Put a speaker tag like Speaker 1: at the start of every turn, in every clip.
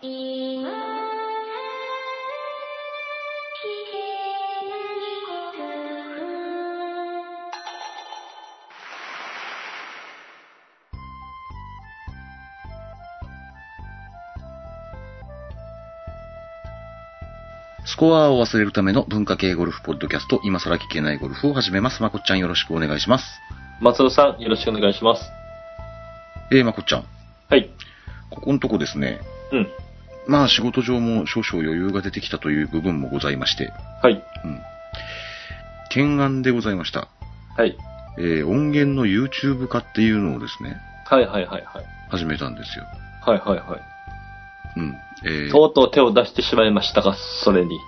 Speaker 1: 今は聞けないこと
Speaker 2: スコアを忘れるための文化系ゴルフポッドキャスト、今更聞けないゴルフを始めます。まこっちゃんよろしくお願いします。
Speaker 3: 松尾さん、よろしくお願いします。
Speaker 2: えー、まこっちゃん、
Speaker 3: はい。
Speaker 2: ここのとこですね、
Speaker 3: うん。
Speaker 2: まあ仕事上も少々余裕が出てきたという部分もございまして、
Speaker 3: はい。
Speaker 2: うん。懸案でございました。
Speaker 3: はい。
Speaker 2: えー、音源の YouTube 化っていうのをですね、
Speaker 3: はいはいはいはい。
Speaker 2: 始めたんですよ。
Speaker 3: はいはいは
Speaker 2: うん。え
Speaker 3: い。
Speaker 2: ー
Speaker 3: とうとう手を出してしまいましたが、それに。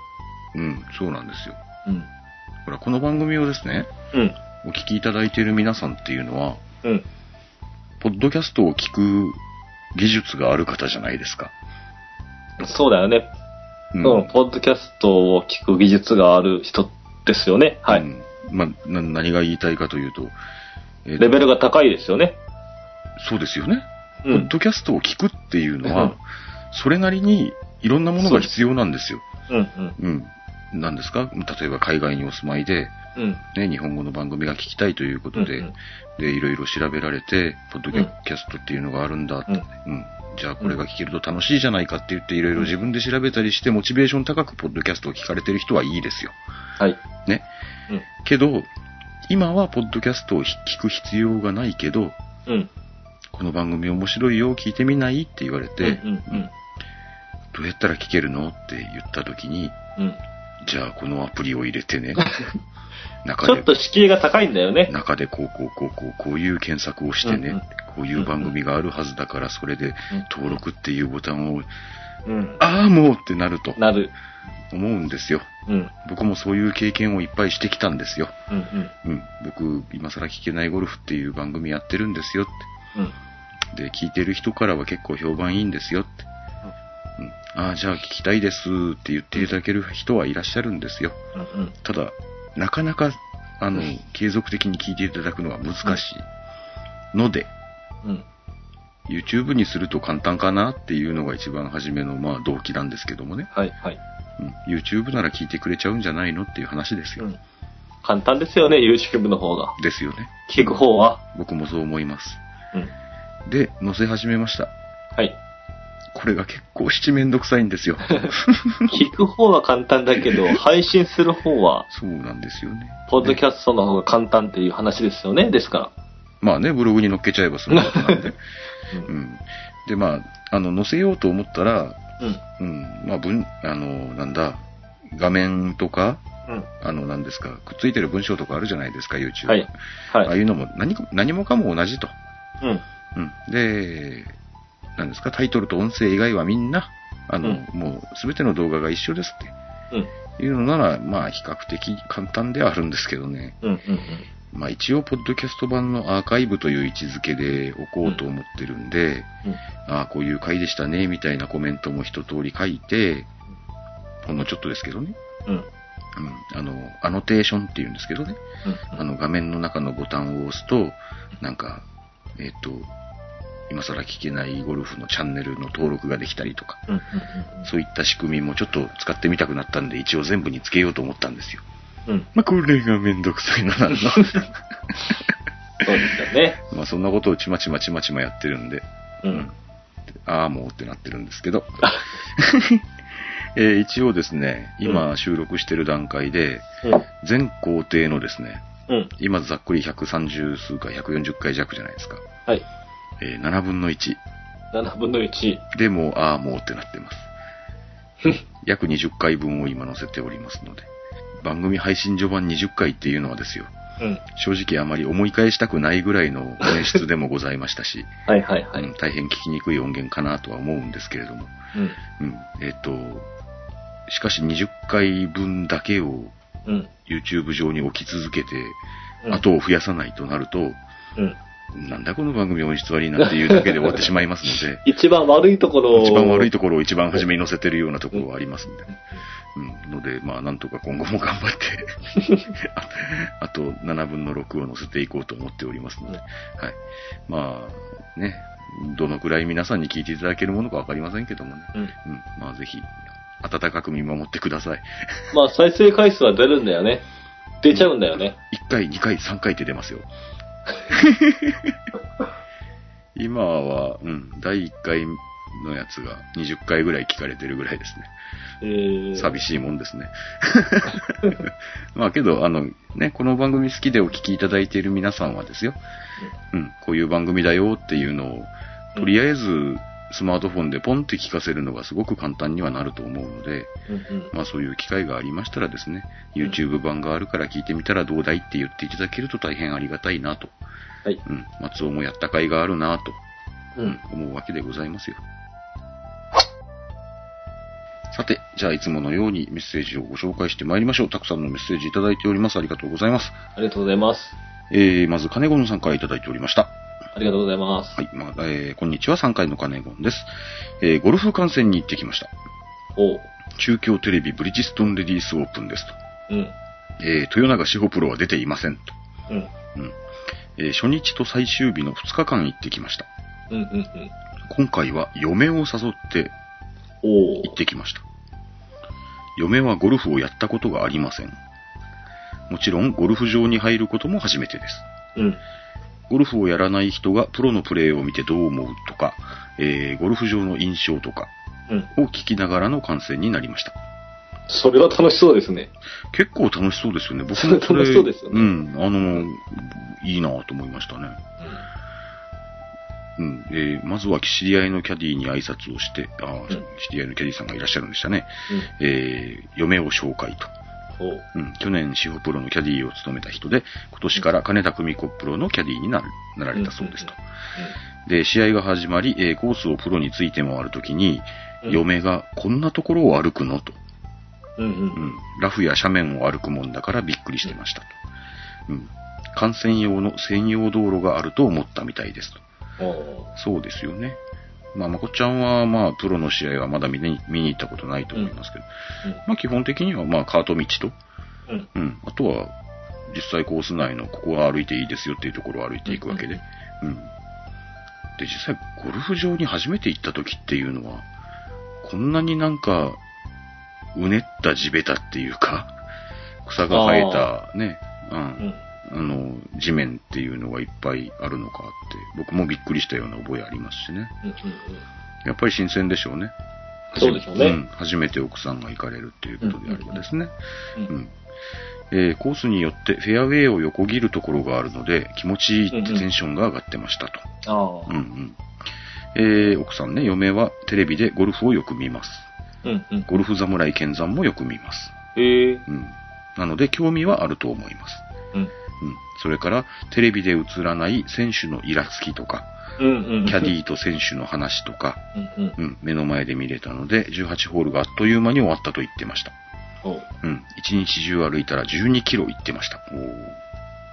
Speaker 2: うん、そうなんですよ。
Speaker 3: うん。
Speaker 2: ほら、この番組をですね、
Speaker 3: うん。
Speaker 2: お聞きいただいている皆さんっていうのは、
Speaker 3: うん。
Speaker 2: ポッドキャストを聞く技術がある方じゃないですか。
Speaker 3: そうだよね。
Speaker 2: う
Speaker 3: うん。ポッドキャストを聞く技術がある人ですよね。はい。
Speaker 2: うんまあ、な何が言いたいかというと、えー
Speaker 3: レベルが高いですよね。
Speaker 2: そうですよね。
Speaker 3: う
Speaker 2: ポッ
Speaker 3: ん。
Speaker 2: ドキャストを聞くっていうの
Speaker 3: う
Speaker 2: は
Speaker 3: ん、
Speaker 2: それなりにいろんなものが必要なんですよ。
Speaker 3: うんうん。
Speaker 2: うん。なんですか例えば海外にお住まいで、
Speaker 3: うん。
Speaker 2: ね、日本語の番組が聞きたいというこ
Speaker 3: う
Speaker 2: と
Speaker 3: ん
Speaker 2: で、
Speaker 3: うん
Speaker 2: で、いろいろ調べられて、ポッドキャストっていうのがあるんだって、
Speaker 3: う
Speaker 2: う
Speaker 3: ん
Speaker 2: ん。じゃあこれが聞けると楽しいじゃないかって言っていろいろ自分で調べたりしてモチベーション高くポッドキャストを聞かれてる人はいいですよ。
Speaker 3: はい。
Speaker 2: ね。けど、今はポッドキャストを聞く必要がないけど、
Speaker 3: うん。うん。
Speaker 2: この番組面白いよ、聞いてみないって言われて、
Speaker 3: うんうん
Speaker 2: どうやったら聞けるのって言った時に、
Speaker 3: うん。 うん。
Speaker 2: じゃあこのアプリを入れてね。
Speaker 3: ち
Speaker 2: 中
Speaker 3: ょ
Speaker 2: で
Speaker 3: っ、と敷居が高いんだよね。
Speaker 2: 中でこうこうこうこう、こういう検索をしてね。
Speaker 3: うんうん
Speaker 2: こういう番組があるはずだから、それで登録っていうボタンを、
Speaker 3: うん。
Speaker 2: ああ、もうってなると
Speaker 3: なる。
Speaker 2: 思うんですよ。
Speaker 3: うん。
Speaker 2: 僕もそういう経験をいっぱいしてきたんですよ。
Speaker 3: うんうん。
Speaker 2: うん。僕、今更聞けないゴルフっていう番組やってるんですよって。
Speaker 3: うん。
Speaker 2: で、聞いてる人からは結構評判いいんですよって。うん、ああ、じゃあ聞きたいですって言っていただける人はいらっしゃるんですよ。
Speaker 3: うんうん。
Speaker 2: ただ、なかなか、あの
Speaker 3: うん、
Speaker 2: 継続的に聞いていただくのは難しいので、
Speaker 3: うん。
Speaker 2: YouTube にすると簡単かなっていうのが一番初めの、まあ、動機なんですけどもね、
Speaker 3: はいはい。
Speaker 2: うん。YouTube なら聞いてくれちゃうんじゃないのっていう話ですよ。
Speaker 3: うん簡単ですよね、YouTube の方が。
Speaker 2: ですよね。
Speaker 3: 聞く方は。
Speaker 2: 僕もそう思います。
Speaker 3: うん。
Speaker 2: で、載せ始めました。
Speaker 3: はい。
Speaker 2: これが結構七面倒くさいん ですよ。
Speaker 3: 聞く方は簡単だけど、配信する方は、
Speaker 2: そうなんですよね。
Speaker 3: ポッドキャストの方が簡単っていう話ですよね。ですか
Speaker 2: まあね、ブログに載っけちゃえばそのことなん で。
Speaker 3: ら。
Speaker 2: う
Speaker 3: う。
Speaker 2: んん。で、まあ、あの、載せようと思ったら、
Speaker 3: うん。
Speaker 2: うん、まあ、文、あの、なんだ、画面とか、
Speaker 3: うん。
Speaker 2: あの、なんですか、くっついてる文章とかあるじゃないですか、YouTube。
Speaker 3: はい。
Speaker 2: ああ
Speaker 3: はい。
Speaker 2: いうのも何か、何もかも同じと。
Speaker 3: うん。
Speaker 2: うん。で、なんですか、タイトルと音声以外はみんな、あの、
Speaker 3: うん
Speaker 2: もう、すべての動画が一緒ですっ
Speaker 3: うん。
Speaker 2: ていうのなら、まあ、比較的簡単ではあるんですけどね。
Speaker 3: うん。うん。
Speaker 2: まあ、一応、ポッドキャスト版のアーカイブという位置づけで置こうと思ってるんで、
Speaker 3: うん。
Speaker 2: ああ、こういう回でしたね、みたいなコメントも一通り書いて、ほんのちょっとですけどね。
Speaker 3: うん。う
Speaker 2: う
Speaker 3: ん。
Speaker 2: ん。あの、アノテーションっていうんですけどね。あの、画面の中のボタンを押すと、なんか、えっ、と、今更聞けないゴルフのチャンネルの登録ができたりとか、
Speaker 3: うん。うん。
Speaker 2: そういった仕組みもちょっと使ってみたくなったんで、一応全部につけようと思ったんですよ。
Speaker 3: うん。うん。
Speaker 2: まあ、これがめんどくさいな、なんの
Speaker 3: そうですよね。
Speaker 2: まあ、そんなことをちまちまちまちまやってるんで、
Speaker 3: うん。
Speaker 2: ああ、もうってなってるんです けど。えー一応ですね、今収録してる段階で、全工程のですね、
Speaker 3: うん。うん。
Speaker 2: 今ざっくり130数回、140回弱じゃないですか。
Speaker 3: はい。
Speaker 2: えー7分の1。
Speaker 3: 7分の1。
Speaker 2: でもう、ああ、もうってなってます。約20回分を今載せておりますので。番組配信序盤20回っていうのはですよ、
Speaker 3: うん。
Speaker 2: 正直あまり思い返したくないぐらいの音質でもございましたし、
Speaker 3: はいはいはい。う
Speaker 2: うん
Speaker 3: ん。
Speaker 2: 大変聞きにくい音源かなとは思うんですけれども、うん、えっ、と、しかし20回分だけを
Speaker 3: うん。
Speaker 2: YouTube 上に置き続けて、
Speaker 3: うん
Speaker 2: 後を増やさないとなると、
Speaker 3: うん。、
Speaker 2: なんだこの番組音質悪いなっていうだけで終わってしまいますので
Speaker 3: 一番悪いところを。
Speaker 2: 一番悪い
Speaker 3: と
Speaker 2: ところを一番初めに載せてるようなところはありますんで、うん、ので、まあなんとか今後も頑張って あ、あと7分の6を載せていこうと思っておりますので、はい。まあ、ね、どのくらい皆さんに聞いていただけるものかわかりませんけどもね。
Speaker 3: うん
Speaker 2: うん。まあぜひ、温かく見守ってください。
Speaker 3: まあ、再生回数は出るんだよね。出ちゃうんだよね。
Speaker 2: 1回、2回、3回って出ますよ。今は、うん、第1回のやつが20回ぐらい聞かれてるぐらいですね。
Speaker 3: えー、
Speaker 2: 寂しいもんですね。 まあけど、あの、ね、この番組好きでお聞きいただいている皆さんはですよ、うん、こういう番組だよっていうのを、とりあえずスマートフォンでポンって聞かせるのがすごく簡単にはなると思うので、
Speaker 3: うんうん
Speaker 2: まあそういう機会がありましたらですね、
Speaker 3: うん
Speaker 2: YouTube 版があるから聞いてみたらどうだいって言っていただけると大変ありがたいなと。
Speaker 3: はい。
Speaker 2: うん、松尾もやった甲斐があるなと
Speaker 3: うん。
Speaker 2: 思うわけでございますよ。さて、じゃあいつものようにメッセージをご紹介してまいりましょう。たくさんのメッセージいただいております。ありがとうございます。
Speaker 3: ありがとうございます。
Speaker 2: えー、まず金子さんからいただいておりました。
Speaker 3: ありがとうございます。
Speaker 2: はい、まあえー、こんにちは、3階の金子です。えー、ゴルフ観戦に行ってきました。
Speaker 3: おう。
Speaker 2: 中京テレビブリヂストンレディースオープンですと。
Speaker 3: うん。
Speaker 2: えー、豊永志保プロは出ていませんと。
Speaker 3: うん。
Speaker 2: うん。えー初日と最終日の2日間行ってきました。
Speaker 3: うんうんうん。
Speaker 2: 今回は嫁を誘って
Speaker 3: おう
Speaker 2: 行っ。てきました。嫁はゴルフをやったことがありません。もちろんゴルフ場に入ることも初めてです。
Speaker 3: うん。
Speaker 2: ゴルフをやらない人がプロのプレーを見てどう思うとか、えーゴルフ場の印象とか
Speaker 3: うん。
Speaker 2: を聞きながらの観戦になりました。
Speaker 3: それは楽しそうですね。
Speaker 2: 結構楽しそうですよね。僕もこれ
Speaker 3: 楽しそうですよね
Speaker 2: うん、あの、いいなぁと思いましたね。うん、えーまずは知り合いのキャディーに挨拶をして、あー、
Speaker 3: うん
Speaker 2: 知り合いのキャディーさんがいらっしゃるんでしたね。
Speaker 3: うん。
Speaker 2: えー嫁を紹介と。
Speaker 3: おう。
Speaker 2: うん、去年、シホプロのキャディーを務めた人で、今年から金田久美子プロのキャディーになるなられたそうですと。で、試合が始まり、えーコースをプロについて回るときに、
Speaker 3: うん
Speaker 2: 嫁がこんなところを歩くのと、
Speaker 3: うんう。
Speaker 2: うんん、ラフや斜面を歩くもんだからびっくりしてましたと。うん、観戦用の専用道路があると思ったみたいですと。
Speaker 3: おう。
Speaker 2: そうですよね。まあ、まこっちゃんは、まあ、プロの試合はまだ見に見に行ったことないと思いますけど、まあ、基本的には、まあ、カート道と、
Speaker 3: うん。うん。
Speaker 2: うん、あとは、実際コース内のここは歩いていいですよっていうところを歩いていくわけで、うん。で、実際、ゴルフ場に初めて行った時っていうのは、こんなになんか、うねった地べたっていう か、草が生えたね、うん
Speaker 3: う、ん。
Speaker 2: あの、地面っていうのがいっぱいあるのかって、僕もびっくりしたような覚えありますしね。
Speaker 3: うんうんうん。
Speaker 2: やっぱり新鮮でしょうね。
Speaker 3: そうでしょうね
Speaker 2: ん初めて奥さんが行かれるっていうことであればですね。
Speaker 3: うん
Speaker 2: うんえーコースによってフェアウェイを横切るところがあるので、気持ちいいってテンションが上がってましたと。う
Speaker 3: あ
Speaker 2: ん
Speaker 3: あ。
Speaker 2: うんえー奥さんね、嫁はテレビでゴルフをよく見ます。
Speaker 3: うんうん。
Speaker 2: ゴルフ侍健山もよく見ます。
Speaker 3: へえ。
Speaker 2: うん、なので、興味はあると思います。
Speaker 3: うん。
Speaker 2: うん、それから、テレビで映らない選手のイラつきとか、
Speaker 3: うんうん。
Speaker 2: キャディーと選手の話とか、
Speaker 3: うんうん。
Speaker 2: うん、目の前で見れたので、18ホールがあっという間に終わったと言ってました。
Speaker 3: おう。
Speaker 2: うん、一日中歩いたら12キロ行ってました。おー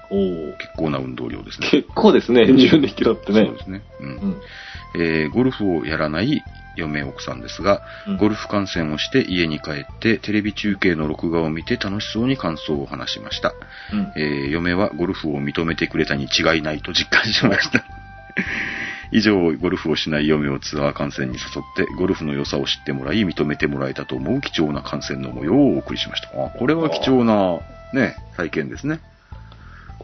Speaker 3: おう。
Speaker 2: 結構な運動量ですね。
Speaker 3: 結構ですね、12キロってね
Speaker 2: そう。ですね。う。
Speaker 3: うんん。
Speaker 2: えーゴルフをやらない嫁奥さんですが、ゴルフ観戦をして家に帰って、テレビ中継の録画を見て楽しそうに感想を話しました。
Speaker 3: うん。
Speaker 2: えー嫁はゴルフを認めてくれたに違いないと実感しました。以上、ゴルフをしない嫁をツアー観戦に誘って、ゴルフの良さを知ってもらい、認めてもらえたと思う貴重な観戦の模様をお送りしました。あこれは貴重な、ね、体験ですね。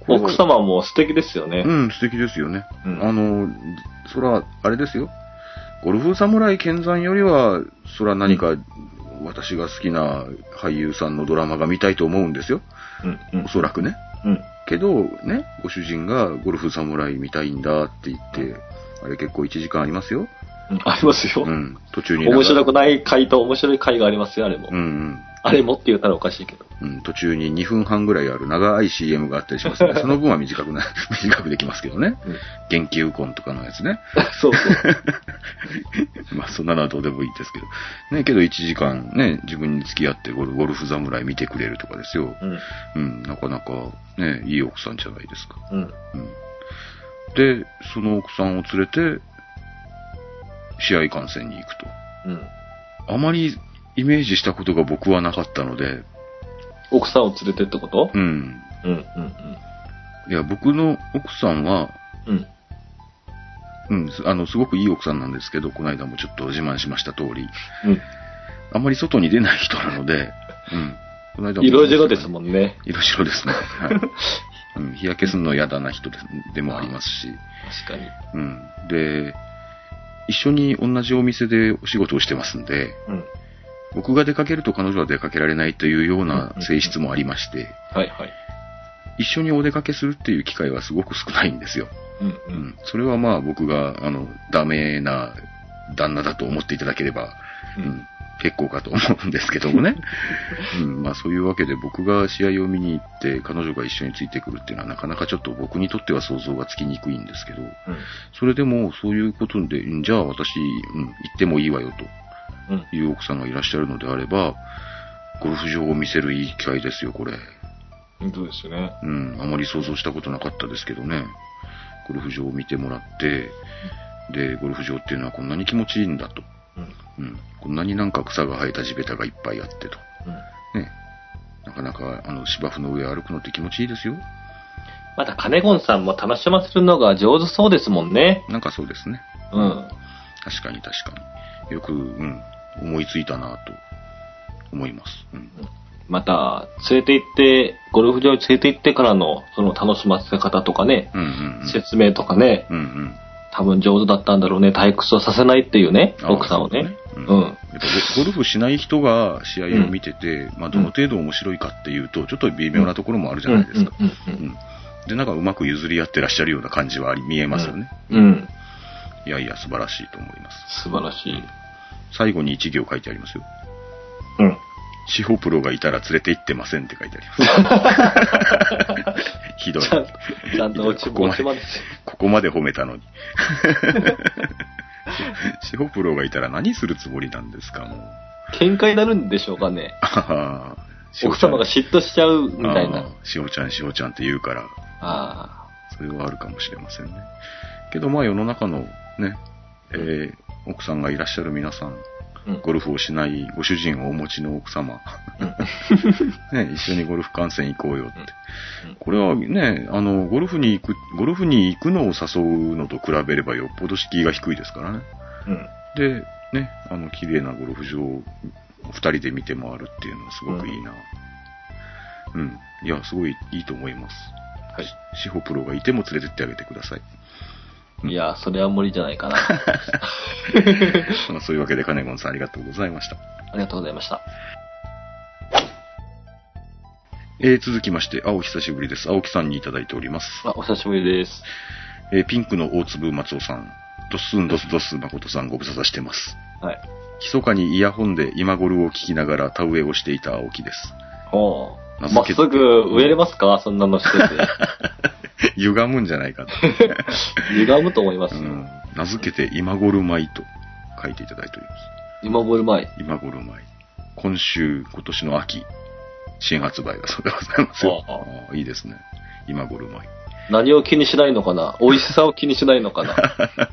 Speaker 3: 奥様も素敵ですよね
Speaker 2: う。ん、素敵ですよね。
Speaker 3: うん
Speaker 2: あの、そら、あれですよ。ゴルフ侍健山よりは、そら何か、私が好きな俳優さんのドラマが見たいと思うんですよ。
Speaker 3: うん。うん
Speaker 2: お。そらくね。
Speaker 3: うん。
Speaker 2: けど、ね、ご主人がゴルフ侍見たいんだって言って、あれ結構1時間ありますよ。
Speaker 3: うんありますよ
Speaker 2: う。ん、途中に。
Speaker 3: 面白
Speaker 2: く。
Speaker 3: くない回と面白い回がありますよ、あれも
Speaker 2: う。ん、
Speaker 3: あれもって言ったらおかしいけど。
Speaker 2: うん、うん。途中に2分半ぐらいある長い CM があったりします ね。その分は短くな、 短くできますけどね。元気ウコンとかのやつね。
Speaker 3: そうそう。
Speaker 2: まあ、そんなのはどうでもいいですけど。ね、けど1時間ね、自分に付き合ってゴルゴルフ侍見てくれるとかですよ。
Speaker 3: うん。
Speaker 2: うん、なかなかね、いい奥さんじゃないですか。
Speaker 3: うん。
Speaker 2: うん。で、その奥さんを連れて、試合観戦に行く
Speaker 3: うん。
Speaker 2: と。あまりイメージしたことが僕はなかったので、
Speaker 3: 奥さんを連れてってこと
Speaker 2: うん。
Speaker 3: うん。うん。
Speaker 2: いや、僕の奥さんは、
Speaker 3: うん。うん。
Speaker 2: うん、すあの、すごくいい奥さんなんですけど、この間もちょっと自慢しました通り、
Speaker 3: うん。
Speaker 2: あんまり外に出ない人なので、うん。この間も
Speaker 3: 色白ですもんね。
Speaker 2: 色白ですね。はい。うん、日焼けするの嫌だな人ですでもありますし、
Speaker 3: 確かに。
Speaker 2: うん。で、一緒に同じお店でお仕事をしてますんで、
Speaker 3: うん。
Speaker 2: 僕が出かけると彼女は出かけられないというような性質もありまして、
Speaker 3: はいはい。
Speaker 2: 一緒にお出かけするっていう機会はすごく少ないんですよ。
Speaker 3: うんう。
Speaker 2: うんん。それはまあ僕が、あの、ダメな旦那だと思っていただければ、う
Speaker 3: う
Speaker 2: んん、結構かと思うんですけども ね。うん、まあそういうわけで僕が試合を見に行って彼女が一緒についてくるっていうのはなかなかちょっと僕にとっては想像がつきにくいんですけど、それでもそういうことで、んじゃあ私、うん、行ってもいいわよ
Speaker 3: うん。うん。
Speaker 2: という奥さんがいらっしゃるのであれば、ゴルフ場を見せるいい機会ですよ、これ。
Speaker 3: 本当ですね。
Speaker 2: うん、あまり想像したことなかったですけどね。ゴルフ場を見てもらって、で、ゴルフ場っていうのはこんなに気持ちいいんだと。
Speaker 3: うん。
Speaker 2: うん、こんなになんか草が生えた地べたがいっぱいあってと。
Speaker 3: うん。
Speaker 2: ね、なかなかあの芝生の上歩くのって気持ちいいですよ。
Speaker 3: また、金ゴンさんも楽しませるのが上手そうですもんね。
Speaker 2: なんかそうですね。
Speaker 3: うん。
Speaker 2: 確かに確かに。よく、うん、思いついたなと思います。うん。
Speaker 3: また、連れて行って、ゴルフ場に連れて行ってからの、その楽しませ方とかね、
Speaker 2: うんうんうん。
Speaker 3: 説明とかね、
Speaker 2: うんうん。
Speaker 3: 多分上手だったんだろうね、退屈をさせないっていうね、
Speaker 2: あー
Speaker 3: 奥さんをね。
Speaker 2: そううだ
Speaker 3: ん。
Speaker 2: やっぱゴゴルフしない人が試合を見てて、まあどの程度面白いかっていうと、ちょっと微妙なところもあるじゃないですか。
Speaker 3: うん
Speaker 2: うんで、なんかうまく譲り合ってらっしゃるような感じはあり見えますよね。
Speaker 3: うんうん。うん。
Speaker 2: いやいや、素晴らしいと思います。
Speaker 3: 素晴らしい。
Speaker 2: 最後に1行書いてありますよ。
Speaker 3: うん。
Speaker 2: 地方プロがいたら連れて行ってませんって書いてあります。 ひどい
Speaker 3: ち。ゃんちゃんと落ち、
Speaker 2: ここま
Speaker 3: 落
Speaker 2: で
Speaker 3: ちまで。
Speaker 2: ここまで褒めたのに。 地方プロがいたら何するつもりなんですか、もう。
Speaker 3: 喧嘩になるんでしょうかね。
Speaker 2: あはは
Speaker 3: 奥様が
Speaker 2: し
Speaker 3: 嫉妬しちゃうみ
Speaker 2: お
Speaker 3: たいな。。
Speaker 2: しおちゃん、しおちゃんって言うから、
Speaker 3: あ
Speaker 2: それはあるかもしれませんね。けどまあ世の中のね、えー奥さんがいらっしゃる皆さん、
Speaker 3: あ。うん。
Speaker 2: ゴルフをしないご主人をお持ちの奥様、 ね、一緒にゴルフ観戦行こうよって
Speaker 3: うんうん。
Speaker 2: これはね、あの、ゴルフに行く、ゴルフに行くのを誘うのと比べればよっぽど敷居が低いですからね。
Speaker 3: うん。
Speaker 2: で、ね、あの、綺麗なゴルフ場を二人で見て回るっていうのはすごくいいな。うん、いや、すごいいいと思います。
Speaker 3: はい。
Speaker 2: 志保プロがいても連れてってあげてください。うん
Speaker 3: いや、それは無理じゃない かな。
Speaker 2: まあ そういうわけで、金ンさんありがとうございました。
Speaker 3: ありがとうございました。
Speaker 2: えー続きまして、青久しぶりです。青木さんにいただいております。
Speaker 3: あ、お久しぶりです。
Speaker 2: えーピンクの大粒松尾さん、ドッスンドスドス誠さんご無沙汰してます。
Speaker 3: はい。
Speaker 2: 密かにイヤホンで今頃を聞きながら田植えをしていた青木です。
Speaker 3: おう
Speaker 2: 名
Speaker 3: まっ
Speaker 2: 付
Speaker 3: す
Speaker 2: けて
Speaker 3: ぐ植えれますかそんな のしてて。
Speaker 2: 歪むんじゃないかと。
Speaker 3: 歪むと思います
Speaker 2: う
Speaker 3: よ。
Speaker 2: ん、名付けて今頃舞と書いていただいております。
Speaker 3: 今ボール前。
Speaker 2: 今頃舞。今週、今年の秋、新発売がそうでございますよ。
Speaker 3: ああ
Speaker 2: ああいいですね。今頃舞。
Speaker 3: 何を気にしないのかな美味しさを気にしないの かな
Speaker 2: いや、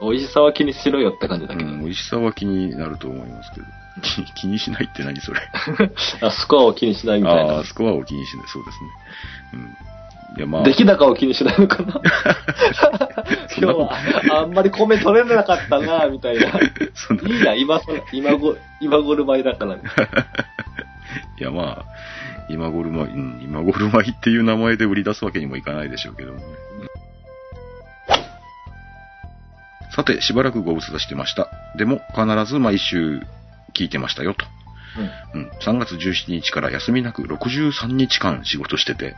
Speaker 3: 美味しさは気にしろよって感じ
Speaker 2: う
Speaker 3: だけど。
Speaker 2: ん、美味しさは気になると思いますけど。 気気にしないって何それ。
Speaker 3: あスコアを気にしないみたい
Speaker 2: ああ
Speaker 3: な
Speaker 2: ー、。スコアを気にしない。そうですね。うん。いや、まあ。
Speaker 3: 出来高を気にしないのかな
Speaker 2: そんな
Speaker 3: 今日
Speaker 2: こと
Speaker 3: はあんまり米取れなかったな、みたい な。い
Speaker 2: そんな。
Speaker 3: いな、今そ、今ご、今頃前だから、ね。
Speaker 2: いや、まあ、今頃ま、うん、今頃まいっていう名前で売り出すわけにもいかないでしょうけどもね。さて、しばらくご無沙汰してました。でも、必ず毎週聞いてましたよ、と。うん。3月17日から休みなく63日間仕事してて、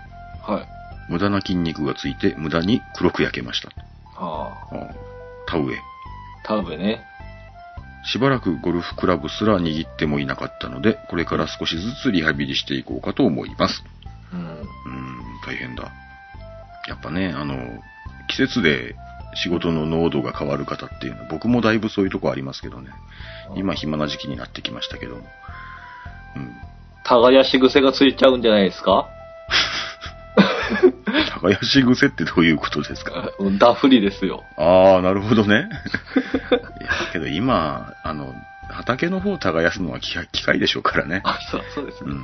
Speaker 3: うん。はい。
Speaker 2: 無駄な筋肉がついて、無駄に黒く焼けました。
Speaker 3: ああ、
Speaker 2: ああ田植え。
Speaker 3: 田植えね。
Speaker 2: しばらくゴルフクラブすら握ってもいなかったので、これから少しずつリハビリしていこうかと思います。
Speaker 3: うん。
Speaker 2: うーん、大変だ。やっぱね、あの、季節で仕事の濃度が変わる方っていうのは、僕もだいぶそういうとこありますけどね。今暇な時期になってきましたけども。うん。
Speaker 3: 耕し癖がついちゃうんじゃないですか
Speaker 2: 耕し癖ってどういうことです か
Speaker 3: うんダフリです よ。
Speaker 2: ああ、なるほどね。いや、けど今、あの、畑の方を耕すのは機機械でしょうからね。
Speaker 3: あ、そう、そうです
Speaker 2: う
Speaker 3: ね。
Speaker 2: ん。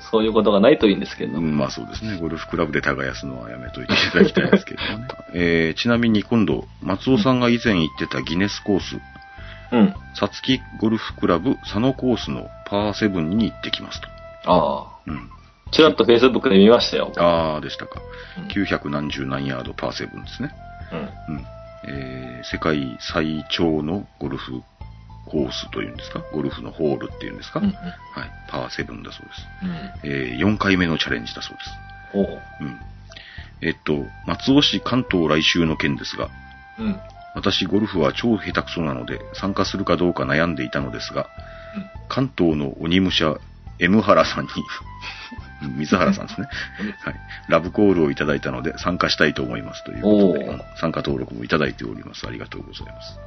Speaker 3: そそういうことがないといいんですけれど
Speaker 2: う
Speaker 3: も。
Speaker 2: んまあそうですね。ゴルフクラブで耕すのはやめといていただきたいですけどね。えーちなみに今度、松尾さんが以前行ってたギネスコース、
Speaker 3: うん。
Speaker 2: さつきゴルフクラブ佐野コースのパー7に行ってきますと。
Speaker 3: あ
Speaker 2: うん。
Speaker 3: あ。ちらっと Facebook で見ましたよ。
Speaker 2: あーでしたか。
Speaker 3: うん
Speaker 2: 900何十何ヤードパー7ですね。
Speaker 3: うん。
Speaker 2: うん。えー世界最長のゴルフコースというんですかゴルフのホールっていうんですか、
Speaker 3: う
Speaker 2: は
Speaker 3: ん
Speaker 2: い。パー7だそう
Speaker 3: うん。
Speaker 2: です。えー4回目のチャレンジだそうです。
Speaker 3: おう。
Speaker 2: うん。えっと、松尾市関東来週の件ですが、
Speaker 3: うん。うん。
Speaker 2: 私ゴルフは超下手くそなので参加するかどうか悩んでいたのですが、関東の鬼武者、M 原さんに、 水原さんです ね。はい。ラブコールをいただいたので参加したいと思いますということで、
Speaker 3: おー
Speaker 2: うん参加登録もいただいております。ありがとうございます。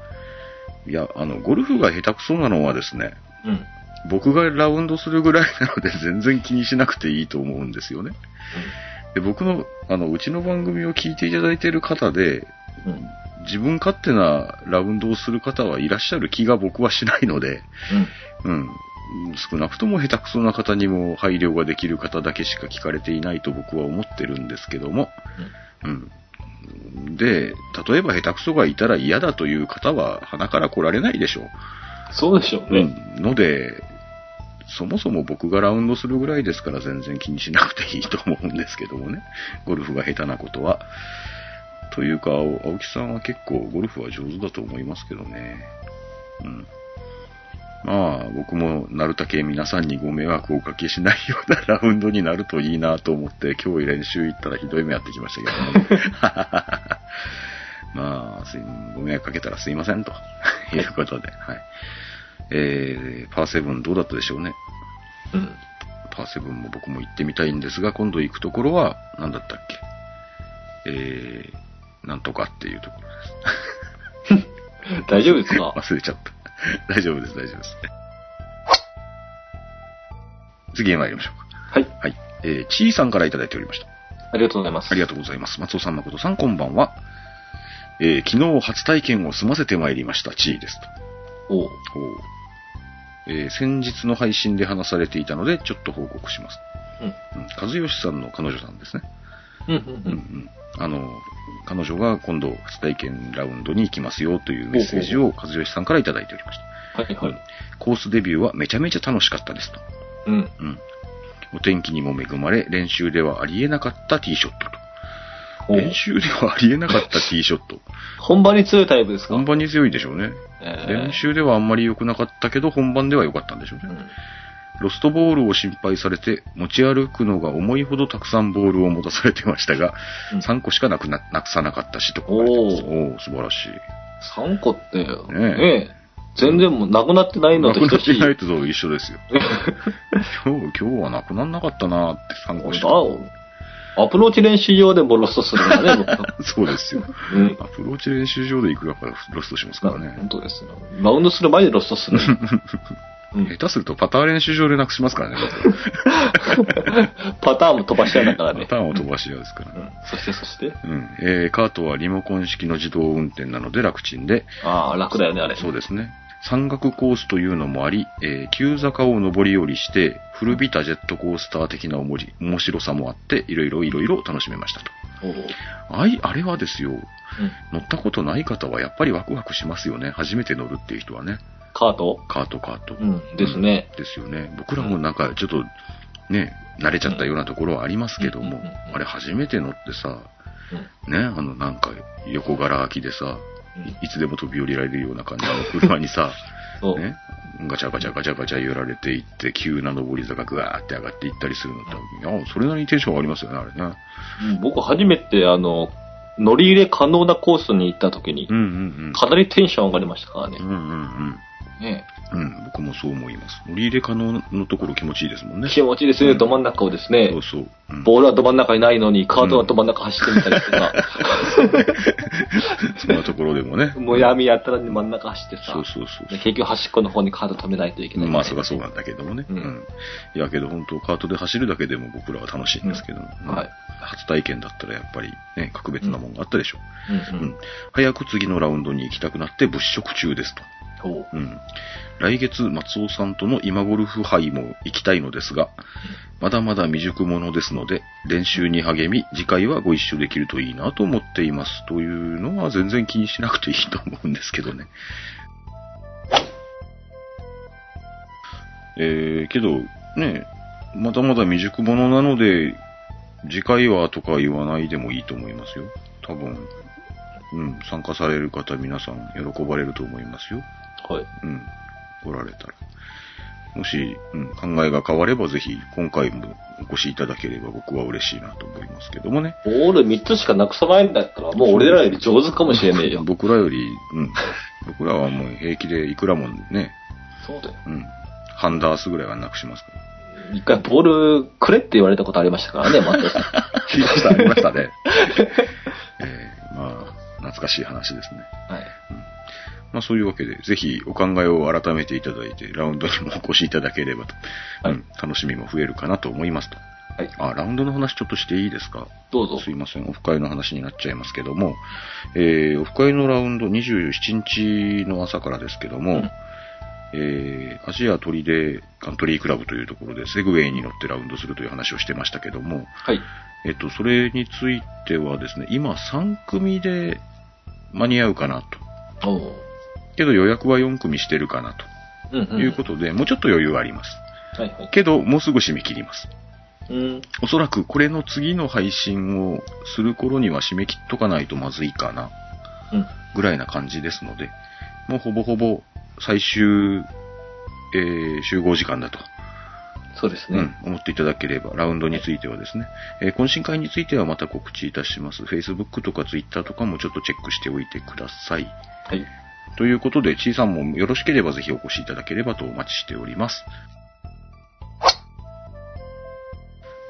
Speaker 2: いや、あの、ゴルフが下手くそなのはですね、
Speaker 3: うん。
Speaker 2: 僕がラウンドするぐらいなので全然気にしなくていいと思うんですよね。で僕の、あの、うちの番組を聞いていただいている方で、
Speaker 3: うん。うん。
Speaker 2: 自分勝手なラウンドをする方はいらっしゃる気が僕はしないので、 うん。少なくとも下手くそな方にも配慮ができる方だけしか聞かれていないと僕は思ってるんですけども、うん。で、例えば下手くそがいたら嫌だという方は鼻から来られないでしょう。
Speaker 3: そうでしょう
Speaker 2: う
Speaker 3: ね。
Speaker 2: ん、ので、そもそも僕がラウンドするぐらいですから全然気にしなくていいと思うんですけどもね。 ゴルフが下手なことは。というか、青青木さんは結構ゴルフは上手だと思いますけどね。うん。まあ、僕もなるたけ皆さんにご迷惑をおかけしないようなラウンドになるといいなと思って、今日練習行ったらひどい目やってきましたけど、ね、まあ、すいご迷惑かけたらすいませんと いうことで、はい。えー、パーセブンどうだったでしょうね。
Speaker 3: うん。
Speaker 2: パーセブンも僕も行ってみたいんですが、今度行くところは、何だったっけえー、なんとかっていうところ
Speaker 3: 大丈夫ですか
Speaker 2: です。忘れちゃった。 大丈夫です、大丈夫です。次へ参りましょうか。
Speaker 3: はい。
Speaker 2: はい。えー、ちーさんからいただいておりました。
Speaker 3: ありがとうございます。
Speaker 2: ありがとうございます。松尾さん、誠さん、こんばんは。えー、昨日初体験を済ませてまいりました、ちーですと。
Speaker 3: お
Speaker 2: ほ
Speaker 3: う。
Speaker 2: うえー先日の配信で話されていたので、ちょっと報告します。うん和義さんの彼女さんですね。
Speaker 3: うん。うん。
Speaker 2: う
Speaker 3: うん。
Speaker 2: うんんあの、彼女が今度初体験ラウンドに行きますよというメッセージを和義さんからいただいておりました。
Speaker 3: はいはい。
Speaker 2: コースデビューはめちゃめちゃ楽しかったですと。
Speaker 3: うん。
Speaker 2: うん。お天気にも恵まれ、練習ではありえなかったティーショット
Speaker 3: お
Speaker 2: と。
Speaker 3: う
Speaker 2: 練習ではありえなかったティーショッ ト。
Speaker 3: 本番に強いタイプですか
Speaker 2: 本番に強いでしょうね。
Speaker 3: えー
Speaker 2: 練習ではあんまり良くなかったけど、本番では良かったんでしょう
Speaker 3: う
Speaker 2: ね。
Speaker 3: ん。
Speaker 2: ロストボールを心配されて、持ち歩くのが重いほどたくさんボールを持たされてましたが、
Speaker 3: うん
Speaker 2: 3個しかなくな、なくさなかったしと書かれてます。
Speaker 3: お
Speaker 2: おお素晴らしい。
Speaker 3: 3個って、ね
Speaker 2: え
Speaker 3: え全然もうなくなってないの
Speaker 2: な
Speaker 3: と
Speaker 2: くな
Speaker 3: 等
Speaker 2: っ
Speaker 3: してい。
Speaker 2: ないと一緒ですよ。 今日、今日はなくなんなかったなーって3個し
Speaker 3: あ
Speaker 2: か。
Speaker 3: アプローチ練習用でもロストするからね、僕
Speaker 2: そうですよ。
Speaker 3: うん。
Speaker 2: アプローチ練習場でいくらかロストしますから
Speaker 3: 本
Speaker 2: ね。
Speaker 3: 当ですよ。バウンドする前にロストする。 うん、
Speaker 2: 下手するとパター練習場でなくしますからね。
Speaker 3: パターンも飛ばし屋だから
Speaker 2: パ
Speaker 3: ね
Speaker 2: タ。ーンを飛ばし屋ですから
Speaker 3: う。ん、そしてそして、
Speaker 2: うん。えー、カートはリモコン式の自動運転なので楽ちんで、
Speaker 3: ああ、楽だよね、あれ。
Speaker 2: そうですね。山岳コースというのもあり、えー急坂を上り下りして、古びたジェットコースター的なおもり面白さもあって、いろいろいろいろ楽しめましたと。
Speaker 3: おううん
Speaker 2: あい、あれはですよ、乗ったことない方はやっぱりワクワクしますよね。初めて乗るっていう人はね。
Speaker 3: カート
Speaker 2: カートカート。
Speaker 3: うん、ですね。
Speaker 2: ですよね。僕らもなんかちょっと、ね、慣れちゃったようなところはありますけども
Speaker 3: うんうんうん、うん
Speaker 2: あれ初めて乗ってさ、
Speaker 3: うん
Speaker 2: ね、あのなんか横柄空きでさ、
Speaker 3: うん
Speaker 2: いつでも飛び降りられるような感じの車にさ、
Speaker 3: そう
Speaker 2: ね、ガチャガチャガチャガチャ揺られていって、急な上り坂ぐわーって上がっていったりするのって、いやそれなりにテンション上がりますよね、あれね。
Speaker 3: うん僕初めて、あの、乗り入れ可能なコースに行った時に
Speaker 2: う、んうん
Speaker 3: かなりテンション上がりましたからね
Speaker 2: うん。う。んうん
Speaker 3: ね
Speaker 2: うん。うん、僕もそう思います。乗り入れ可能のところ気持ちいいですもんね。
Speaker 3: 気持ちいいです
Speaker 2: う
Speaker 3: ね、
Speaker 2: ん
Speaker 3: ど真ん中をですね
Speaker 2: そ。うそう。うん
Speaker 3: ボールはど真ん中にないのに、カートはど真ん中走ってみたりとか、。
Speaker 2: そんなところでもね
Speaker 3: もう闇やったらに真ん中走ってさ
Speaker 2: そう、そうそう
Speaker 3: で結局端っこの方にカート止めないといけない。
Speaker 2: まあ、そりゃそうなんだけどもね。う。
Speaker 3: うんん
Speaker 2: いや、けど本当、カートで走るだけでも僕らは楽しいんですけども。
Speaker 3: うんはい
Speaker 2: 初体験だったらやっぱりね、格別なもんがあったでしょう。
Speaker 3: うんう
Speaker 2: うんん。早く次のラウンドに行きたくなって物色中ですと。
Speaker 3: おう
Speaker 2: うん。来月、松尾さんとの今ゴルフ杯も行きたいのですが、まだまだ未熟者ですので、練習に励み、次回はご一緒できるといいなと思っています。というのは全然気にしなくていいと思うんですけどね。えー、けど、ね、まだまだ未熟者なので、次回はとか言わないでもいいと思いますよ。多分、うん、参加される方皆さん喜ばれると思いますよ。
Speaker 3: はい。
Speaker 2: うん、おられたら。もし、うん、考えが変わればぜひ、今回もお越しいただければ僕は嬉しいなと思いますけどもね。
Speaker 3: ボール3つしかなくさないんだったら、もう俺らより上手かもしれねえ よ。
Speaker 2: 僕らより、うん、僕らはもう平気でいくらもね、
Speaker 3: そうだよ。
Speaker 2: うん、ハンダースぐらいはなくしますから。
Speaker 3: 一回ボールくれって言われたことありましたか らね、松尾さん。は
Speaker 2: 聞いました、ありました ね。えーまあ、懐かしい話ですね。
Speaker 3: い。
Speaker 2: まあそういうわけで、ぜひお考えを改めていただいて、ラウンドにもお越しいただければと、
Speaker 3: はい
Speaker 2: うん、楽しみも増えるかなと思いますと。
Speaker 3: はい
Speaker 2: あ、ラウンドの話ちょっとしていいですか
Speaker 3: どうぞ。
Speaker 2: すいません、オフ会の話になっちゃいますけども、えー、オフ会のラウンド27日の朝からですけども、
Speaker 3: うん
Speaker 2: えー、アジアトリデーカントリークラブというところでセグウェイに乗ってラウンドするという話をしてましたけども、
Speaker 3: はい。
Speaker 2: えっと、それについてはですね、今3組で間に合うかなと。
Speaker 3: おう。
Speaker 2: けど予約は4組してるかな
Speaker 3: うん
Speaker 2: と
Speaker 3: ん
Speaker 2: いうことで、もうちょっと余裕はあります。
Speaker 3: はいはい。
Speaker 2: けど、もうすぐ締め切ります。
Speaker 3: うん。
Speaker 2: おそらくこれの次の配信をする頃には締め切っとかないとまずいかな、
Speaker 3: うん。
Speaker 2: ぐらいな感じですので、もうほぼほぼ最終、えー集合時間だと、
Speaker 3: そうです
Speaker 2: うん
Speaker 3: ね。、
Speaker 2: 思っていただければ、ラウンドについてはですね、えー懇親会についてはまた告知いたします。Facebook とか Twitter とかもちょっとチェックしておいてください。
Speaker 3: はい。
Speaker 2: ということで、ちいさんもよろしければぜひお越しいただければとお待ちしております。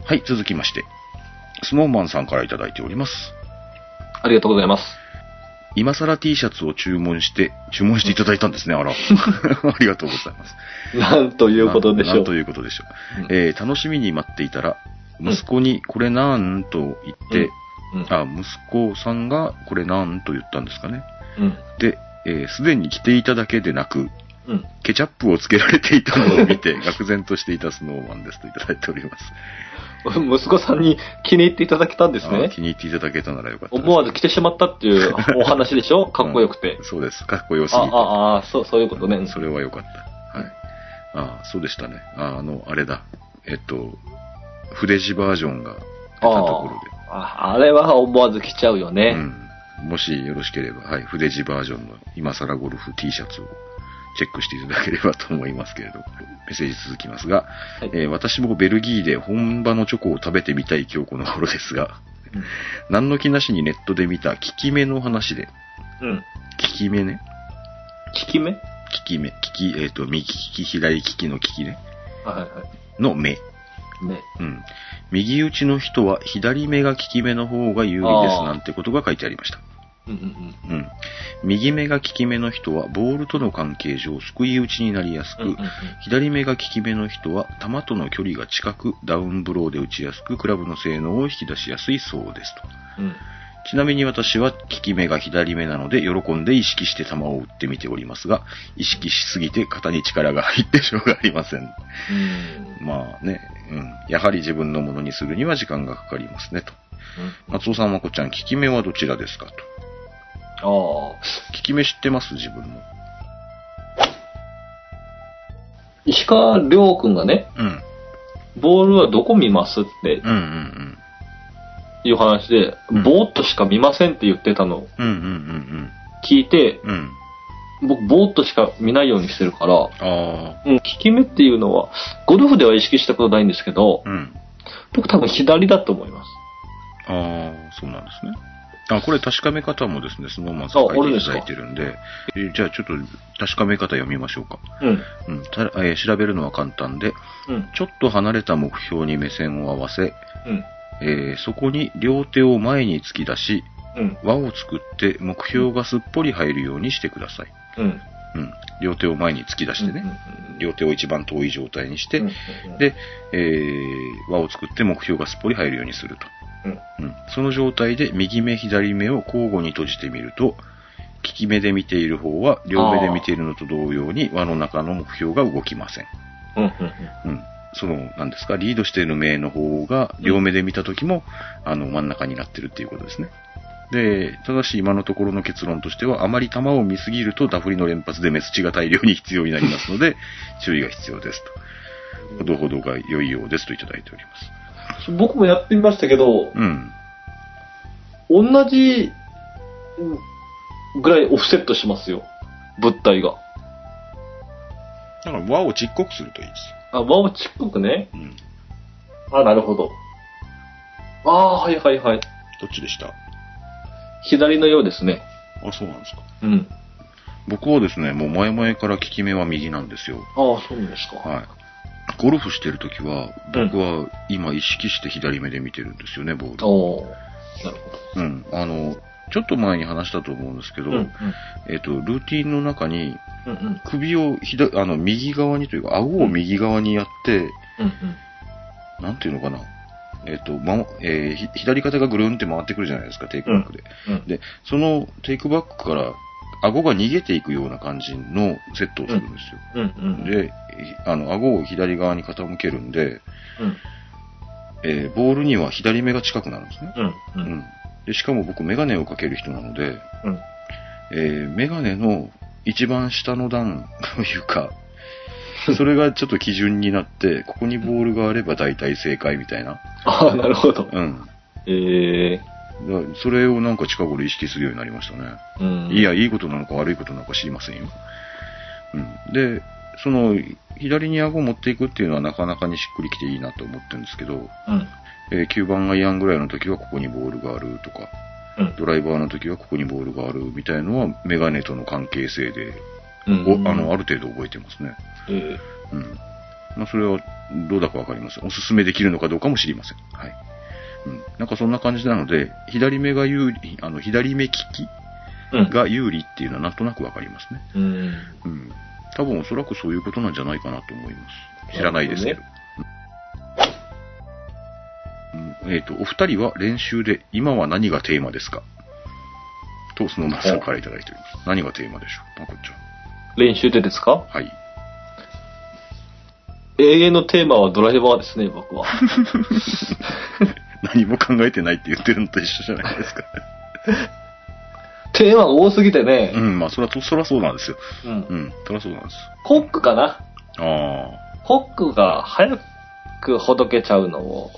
Speaker 2: はい、続きまして、スノーマンさんからいただいております。
Speaker 3: ありがとうございます。
Speaker 2: 今更 T シャツを注文して、注文していただいたんですね、あ ら。ありがとうございます。
Speaker 3: なんということでし
Speaker 2: な
Speaker 3: ょ
Speaker 2: なん
Speaker 3: う
Speaker 2: と。いうことでしょう。
Speaker 3: うん
Speaker 2: えー楽しみに待っていたら、
Speaker 3: うん
Speaker 2: 息子にこれなんと言って、
Speaker 3: うん
Speaker 2: あ、息子さんがこれなんと言ったんですかね。
Speaker 3: うん。
Speaker 2: で、えーすでに着ていただけでなく、
Speaker 3: うん。
Speaker 2: ケチャップをつけられていたのを見 て、愕然としていたスノーマンですといただいております。
Speaker 3: 息子さんに気に入っていただけたんです
Speaker 2: あー
Speaker 3: ね。
Speaker 2: 気に入っていただけたならよかったです
Speaker 3: 思わず来てしまったっていうお話でしょかっこよくて。
Speaker 2: そうです。かっこよす
Speaker 3: あ、
Speaker 2: ぎて。
Speaker 3: あ、あ、そう、そういうことね。うん
Speaker 2: それはよかった。はい。ああ、そうでしたね。ああの、あれだ。えっと、筆字バージョンが出たところで。
Speaker 3: ああれは思わず来ちゃうよね。
Speaker 2: うん。もしよろしければ、はい、筆字バージョンの今更ゴルフ T シャツをチェックしていただければと思いますけれど、メッセージ続きますが、
Speaker 3: はい
Speaker 2: えー私もベルギーで本場のチョコを食べてみたい今日この頃ですが、
Speaker 3: うん
Speaker 2: 何の気なしにネットで見た効き目の話で、
Speaker 3: うん。
Speaker 2: 効き目ね。
Speaker 3: 効き目はい
Speaker 2: 効き目、効き、えっ、と、右利き、左利きの利きね。
Speaker 3: は
Speaker 2: の目。
Speaker 3: い。ね。
Speaker 2: うん。右打ちの人は左目が利き目の方が有利です
Speaker 3: あー
Speaker 2: なんてことが書いてありました。
Speaker 3: うんうん
Speaker 2: うん。右目が利き目の人はボールとの関係上すくい打ちになりやすく、
Speaker 3: うん。うんうんうん
Speaker 2: 左目が利き目の人は球との距離が近くダウンブローで打ちやすくクラブの性能を引き出しやすいそうですと。
Speaker 3: うん。
Speaker 2: ちなみに私は利き目が左目なので喜んで意識して球を打ってみておりますが、意識しすぎて肩に力が入ってしょうがありません。
Speaker 3: うん
Speaker 2: まあね、うん。やはり自分のものにするには時間がかかりますねと。松尾さんはこっちゃん、利き目はどちらですかと。
Speaker 3: ああ。
Speaker 2: 利き目知ってます自分も。
Speaker 3: 石川亮君がね、
Speaker 2: うん。
Speaker 3: ボールはどこ見ますって
Speaker 2: うんうん
Speaker 3: いう話で
Speaker 2: うん、
Speaker 3: ぼーっとしか見ませんって言ってたのを
Speaker 2: うん。うんうん
Speaker 3: 聞いて、
Speaker 2: うんうん。うん。
Speaker 3: 僕、ぼーっとしか見ないようにしてるから、
Speaker 2: あ
Speaker 3: うん、効き目っていうのは、ゴルフでは意識したことないんですけど
Speaker 2: あ。、うん。
Speaker 3: 僕多分左だと思います。
Speaker 2: ああ、そうなんですね。あ、これ確かめ方もですね、スノーマンさん
Speaker 3: あ
Speaker 2: 書い
Speaker 3: 俺
Speaker 2: て
Speaker 3: で
Speaker 2: い
Speaker 3: す
Speaker 2: た
Speaker 3: か
Speaker 2: だいてるんで、えじゃあちょっと確かめ方読みましょうか。
Speaker 3: うん。
Speaker 2: うん、たえー調べるのは簡単で、
Speaker 3: うん。
Speaker 2: ちょっと離れた目標に目線を合わせ、
Speaker 3: うん。
Speaker 2: えーそこに両手を前に突き出し、
Speaker 3: うん。
Speaker 2: 輪を作って目標がすっぽり入るようにしてください。
Speaker 3: うん。
Speaker 2: うん、両手を前に突き出してね、
Speaker 3: うん。
Speaker 2: 両手を一番遠い状態にして、
Speaker 3: うん、
Speaker 2: で、えー輪を作って目標がすっぽり入るようにすると。
Speaker 3: うん
Speaker 2: うん、その状態で右目左目を交互に閉じてみると、利き目で見ている方は、両目で見ているのと同様に、輪の中の目標が動きません。
Speaker 3: うんうん
Speaker 2: うん。その、なんですか、リードしている目の方が、両目で見た時も、あの、真ん中になってるっていうことですね。で、ただし今のところの結論としては、あまり球を見すぎるとダフリの連発で目土が大量に必要になりますの で、注意が必要ですと。ほどほどが良いようですといただいております。
Speaker 3: うん。僕もやってみましたけど、
Speaker 2: うん。
Speaker 3: 同じうんぐらいオフセットしますよ。物体が。
Speaker 2: だから輪をちっこくするといいです。
Speaker 3: あ、輪をちっこくね。
Speaker 2: うん。
Speaker 3: あ、なるほど。ああー、はいはいはい。
Speaker 2: どっちでした
Speaker 3: 左のようですね。
Speaker 2: あ、そうなんですか。
Speaker 3: うん。
Speaker 2: 僕はですね、もう前々から効き目は右なんですよ。
Speaker 3: ああ、そうですか。
Speaker 2: はい。ゴルフしてるときは、僕は今意識して左目で見てるんですよね、ボール。
Speaker 3: おお。なる
Speaker 2: うん。あの、ちょっと前に話したと思うんですけ
Speaker 3: ほ
Speaker 2: ど、
Speaker 3: ど。うん
Speaker 2: えっと、ルーティンの中に、
Speaker 3: うんうん
Speaker 2: 首を左、あの、右側にというか、顎を右側にやって、
Speaker 3: うん
Speaker 2: なんていうのかな。えっと、ま、えーひ左肩がぐるんって回ってくるじゃないですか、テイクバックで。
Speaker 3: うん
Speaker 2: で、そのテイクバックから、顎が逃げていくような感じのセットをするんですよ。
Speaker 3: うんうんうん
Speaker 2: で、いあの、顎を左側に傾けるんで、
Speaker 3: うん
Speaker 2: えーボールには左目が近くなるんですね。
Speaker 3: うんう
Speaker 2: うんん。で、しかも僕、メガネをかける人なので、
Speaker 3: うん
Speaker 2: えーメガネの一番下の段という か、それがちょっと基準になって、ここにボールがあれば大体正解みたいな。
Speaker 3: ああ、なるほど。
Speaker 2: うん。
Speaker 3: ええ
Speaker 2: だそれをなんか近頃意識するようになりましたね。
Speaker 3: うん。
Speaker 2: いや、いいことなのか悪いことなのか知りませんよ。うん。で、その、左に顎を持っていくっていうのはなかなかにしっくりきていいなと思ってるんですけど、
Speaker 3: うん。
Speaker 2: えー9番アイアンぐらいの時はここにボールがあるとか、
Speaker 3: うん
Speaker 2: ドライバーの時はここにボールがあるみたいのはメガネとの関係性で、
Speaker 3: うん。
Speaker 2: お
Speaker 3: うん
Speaker 2: あの、あ、る程度覚えてますね。
Speaker 3: ええ
Speaker 2: うん。まあ、それはどうだかわかりません。おすすめできるのかどうかも知りません。はい。うん。なんかそんな感じなので、左目が有利、あの、左目利き
Speaker 3: うん。
Speaker 2: が有利っていうのはなんとなくわかりますね。
Speaker 3: うん。
Speaker 2: うん。多分おそらくそういうことなんじゃないかなと思います。知らないですけど。うんえっ、と、お二人は練習で今は何がテーマですかと、そのマさんからいただいております。何がテーマでしょうまこっち
Speaker 3: 練習でですか
Speaker 2: ゃん。はい。
Speaker 3: 永遠のテーマはドライバーですね、僕は。
Speaker 2: 何も考えてないって言ってるのと一緒じゃないです か。
Speaker 3: テーマが多すぎてね
Speaker 2: う、ん、まあ、そら、そらそうなんですよ。
Speaker 3: うん
Speaker 2: うん、そらそうなんです。
Speaker 3: ホックかな。
Speaker 2: あ
Speaker 3: ホックが早くほどけちゃうのを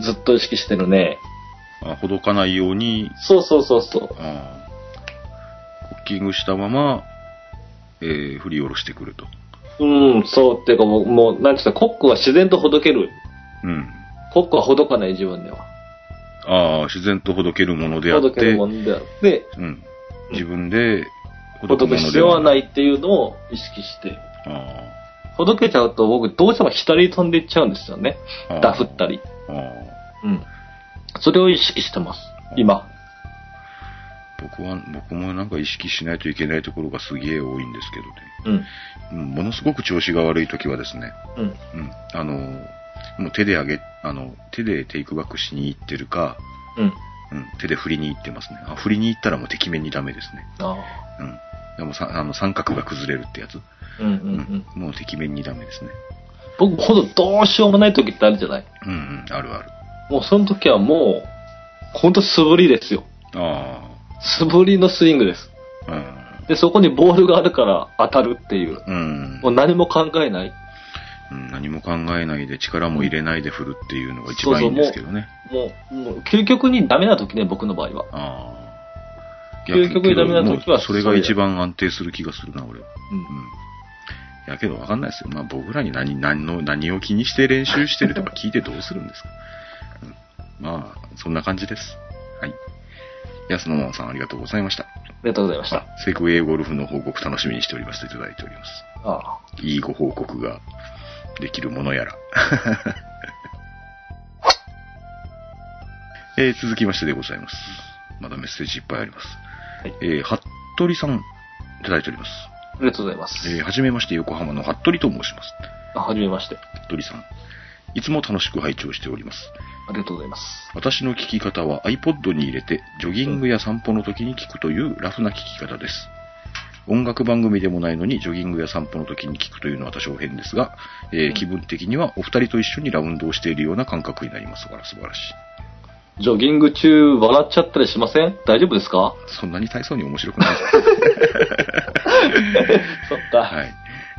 Speaker 3: ずっと意識してるね。
Speaker 2: ーあ、ほどかないように、
Speaker 3: そうそうそうそう。
Speaker 2: あーコッキングしたまま、えー、振り下ろしてくると。
Speaker 3: うん、そう。っていうかもう、もう、なんていうか、コックは自然とほどける。
Speaker 2: うん。
Speaker 3: コックはほどかない自分では。
Speaker 2: ああ、自然とほどけるものであ
Speaker 3: ほ
Speaker 2: っ
Speaker 3: どけ
Speaker 2: て、
Speaker 3: るもんであって、
Speaker 2: うん、自分でほ
Speaker 3: ほど
Speaker 2: もの
Speaker 3: く必
Speaker 2: で。
Speaker 3: 要はないいっていうのを意識して。
Speaker 2: あ
Speaker 3: ほどけちゃうと僕、どうしても左に飛んでいっちゃうんですよね。
Speaker 2: あああ
Speaker 3: ダフったり。
Speaker 2: あ
Speaker 3: うん。それを意識してます。今。
Speaker 2: あ僕は、僕もなんか意識しないといけないところがすげえ多いんですけどね
Speaker 3: うん。
Speaker 2: うん。ものすごく調子が悪い時はですね、
Speaker 3: うん。
Speaker 2: うん、あの、もう手で上げ、あの、手でテイクバックしに行ってるか、
Speaker 3: うん。
Speaker 2: うん、手で振りに行ってますね。あ、振りに行ったらもうてきめんにダメですね。
Speaker 3: ああ。
Speaker 2: うん。でもさ、あの、三角が崩れるってやつ。
Speaker 3: うんうんうん。
Speaker 2: もうてきめんにダメですね。
Speaker 3: 僕、ほどどうしようもない時ってあるじゃない。
Speaker 2: うんうん、あるある。
Speaker 3: もうその時はもう、ほんと素振りですよ。
Speaker 2: あ
Speaker 3: 素振りのスイングです。
Speaker 2: あ、
Speaker 3: で、そこにボールがあるから当たるっていう。
Speaker 2: うん。うん
Speaker 3: もう何も考えない。
Speaker 2: うん、何も考えないで力も入れないで振るっていうのが一番いいんですけどね。
Speaker 3: もう、もう究極にダメな時ね、僕の場合は。
Speaker 2: ああ。
Speaker 3: 究極にダメな時は
Speaker 2: それが一番安定する気がするな、俺は。
Speaker 3: うん
Speaker 2: うん。やけどわかんないですよ。まあ僕らに何、何の、何を気にして練習してるとか聞いてどうするんですか。うん、まあ、そんな感じです。はい。安野門さんありがとうございました。
Speaker 3: ありがとうございました。
Speaker 2: セグウェイゴルフの報告楽しみにしておりますといただいております。
Speaker 3: ああ。
Speaker 2: いいご報告ができるものやら。 えー続きましてでございます。まだメッセージいっぱいあります。
Speaker 3: はい
Speaker 2: えー、服部さん、いただいております。
Speaker 3: ありがとうございます。
Speaker 2: えーはじめまして、横浜の服部と申します。
Speaker 3: あはじめまして。
Speaker 2: 服部さん。いつも楽しく拝聴しております。
Speaker 3: ありがとうございます。
Speaker 2: 私の聞き方は iPod に入れて、ジョギングや散歩の時に聞くというラフな聞き方です。音楽番組でもないのに、ジョギングや散歩の時に聞くというのは多少変ですが、えー
Speaker 3: うん
Speaker 2: 気分的にはお二人と一緒にラウンドをしているような感覚になりますから、素晴らしい。
Speaker 3: ジョギング中、笑っちゃったりしません大丈夫ですか
Speaker 2: そんなに大層に面白く ないです。
Speaker 3: そっか。
Speaker 2: はい。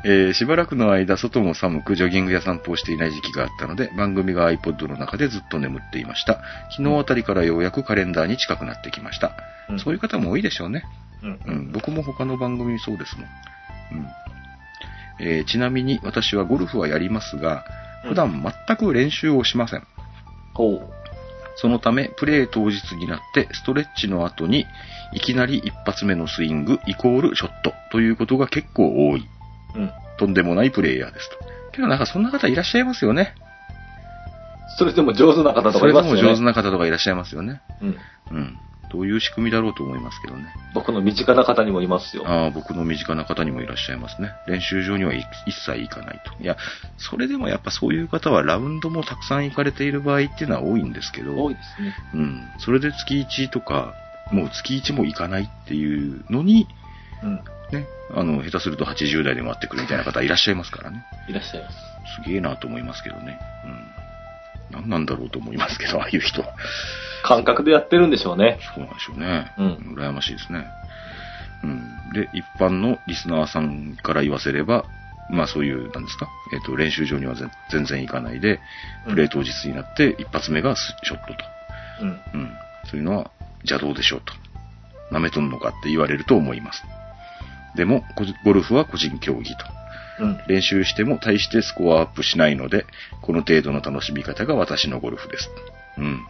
Speaker 2: えーしばらくの間、外も寒く、ジョギングや散歩をしていない時期があったので、番組が iPod の中でずっと眠っていました。昨日あたりからようやくカレンダーに近くなってきました。
Speaker 3: うん
Speaker 2: そういう方も多いでしょうね。
Speaker 3: うん
Speaker 2: う。ん、僕も他の番組そうですもん。うんえーちなみに私はゴルフはやりますが、普段全く練習をしません。
Speaker 3: ほう。
Speaker 2: そのため、プレー当日になって、ストレッチの後に、いきなり一発目のスイングイコールショットということが結構多い。
Speaker 3: うん。
Speaker 2: とんでもないプレイヤーですと。けどなんかそんな方いらっしゃいますよね。
Speaker 3: それでも上手な方と
Speaker 2: そ
Speaker 3: かい
Speaker 2: れと
Speaker 3: ますよ
Speaker 2: も
Speaker 3: ね。
Speaker 2: 上手な方とかいらっしゃいますよね。
Speaker 3: うん。
Speaker 2: うん。どういう仕組みだろうと思いますけどね。
Speaker 3: 僕の身近な方にもいますよ。
Speaker 2: ああ、僕の身近な方にもいらっしゃいますね。練習場にはい一切行かないと。いや、それでもやっぱそういう方はラウンドもたくさん行かれている場合っていうのは多いんですけど、
Speaker 3: 多いですね。
Speaker 2: うん。それで月1とか、もう月1も行かないっていうのに、
Speaker 3: うん。
Speaker 2: ね、あの、下手すると80代で回ってくるみたいな方いらっしゃいますからね。
Speaker 3: いらっしゃいます。
Speaker 2: すげえなと思いますけどね。うん。何なんだろうと思いますけど、ああいう人は。
Speaker 3: 感覚でやってるんでしょうね。
Speaker 2: そうなんでしょうね。
Speaker 3: うん
Speaker 2: 羨ましいですね。うん。で、一般のリスナーさんから言わせれば、まあそういう、なんですか、えっ、と、練習場には全全然行かないで、
Speaker 3: う
Speaker 2: プ
Speaker 3: ん
Speaker 2: レー当日になって一発目がスショットと。
Speaker 3: うん。
Speaker 2: うん。そういうのは邪道でしょうと。舐めとんのかって言われると思います。でも、こゴルフは個人競技と。
Speaker 3: うん。
Speaker 2: 練習しても大してスコアアップしないので、この程度の楽しみ方が私のゴルフです。うん。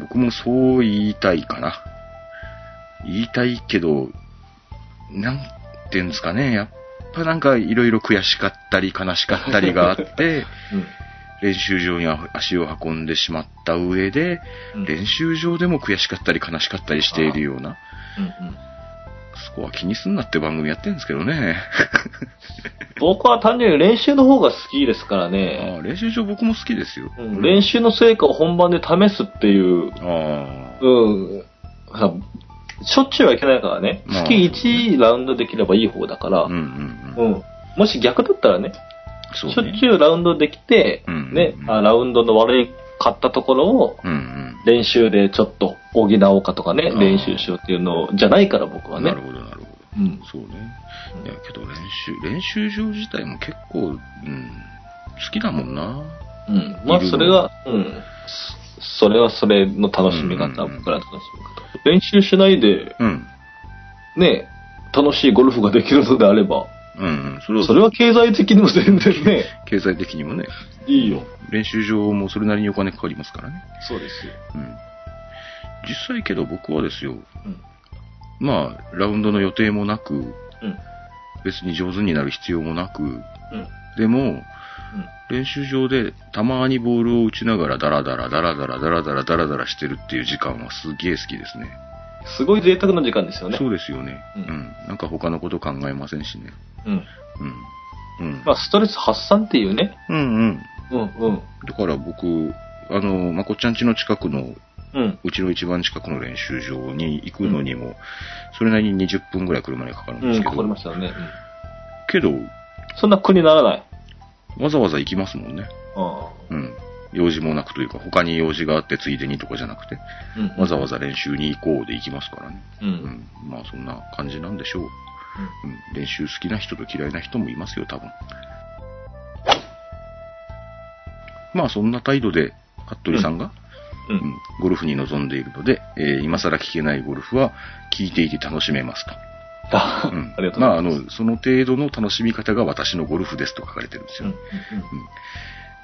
Speaker 2: 僕もそう言いたいかな。言いたいけど、なんていうんですかね、やっぱなんかいろいろ悔しかったり悲しかったりがあ って、練習場に足を運んでしまった上で、
Speaker 3: うん。
Speaker 2: 練習場でも悔しかったり悲しかったりしているような、
Speaker 3: うんうん。
Speaker 2: スコア気にすんなって番組やってるんですけどね。
Speaker 3: 僕は単純に練習の方が好きですからね。
Speaker 2: ああ練習場僕も好きですよ。
Speaker 3: うん、練習の成果を本番で試すっていう、
Speaker 2: ああ、
Speaker 3: うん、さしょっちゅうはいけないからね。
Speaker 2: まあ
Speaker 3: 月1ラウンドできればいい方だから、
Speaker 2: う
Speaker 3: うん。
Speaker 2: うんんうん。
Speaker 3: もし逆だったらね、
Speaker 2: そうね。
Speaker 3: しょっちゅうラウンドできて、
Speaker 2: うん
Speaker 3: ね
Speaker 2: うん
Speaker 3: あ、ラウンドの悪いかったところを
Speaker 2: うんうん。
Speaker 3: 練習でちょっと補おうかとかね、
Speaker 2: あー
Speaker 3: 練習しようっていうのじゃないから僕はね。
Speaker 2: なるほど、なるほど。
Speaker 3: うん。
Speaker 2: そうね。いや、けど練習、練習場自体も結構、うん、好きだもんな。
Speaker 3: うん。まあ
Speaker 2: いるの
Speaker 3: それは、うん。そそれはそれの楽しみ
Speaker 2: うんうん
Speaker 3: 方、
Speaker 2: うん
Speaker 3: 僕らの楽しみ方。練習しないで、
Speaker 2: うん。
Speaker 3: ね、楽しいゴルフができるのであれば、
Speaker 2: うんうん。それは、
Speaker 3: それは経済的にも全然ね、
Speaker 2: 経済的にもね、
Speaker 3: いいよ。
Speaker 2: 練習場もそれなりにお金かかりますからね。
Speaker 3: そうですよ。
Speaker 2: うん。実際けど僕はですよ、
Speaker 3: うん。
Speaker 2: まあ、ラウンドの予定もなく、
Speaker 3: うん。
Speaker 2: 別に上手になる必要もなく、
Speaker 3: うん。
Speaker 2: でも、練習場でたまにボールを打ちながらダラダラダラダラダラダラダラダラしてるっていう時間はすげえ好きですね。
Speaker 3: すごい贅沢な時間ですよね。
Speaker 2: そうですよね。う
Speaker 3: うん
Speaker 2: ん。なんか他のこと考えませんしね。
Speaker 3: うん。
Speaker 2: うん。うん。
Speaker 3: まあ、ストレス発散っていうね。
Speaker 2: うんうん。
Speaker 3: うんうん。
Speaker 2: だから僕、あの、まこっちゃん家の近くの、
Speaker 3: うん。
Speaker 2: うちの一番近くの練習場に行くのにも、それなりに20分ぐらい車にかかるんで
Speaker 3: う
Speaker 2: す
Speaker 3: ん、
Speaker 2: け
Speaker 3: か
Speaker 2: ど、
Speaker 3: かりましたよね。うん
Speaker 2: けど、
Speaker 3: そんな苦にならない。
Speaker 2: わざわざ行きますもんね。
Speaker 3: う
Speaker 2: うん。用事もなくというか、他に用事があってついでにとかじゃなくて、
Speaker 3: ん。うん
Speaker 2: わざわざ練習に行こうで行きますからね。
Speaker 3: う。
Speaker 2: うんん。まあそんな感じなんでしょう。うん。練習好きな人と嫌いな人もいますよ、多分。まあそんな態度で、服部さんが、
Speaker 3: うん
Speaker 2: うんゴルフに臨んでいるので、えー今更聞けないゴルフは聞いていて楽しめますと。
Speaker 3: あ
Speaker 2: うん
Speaker 3: ありがとうございます。
Speaker 2: まああの、その程度の楽しみ方が私のゴルフですと書かれてるんです
Speaker 3: うん
Speaker 2: よ。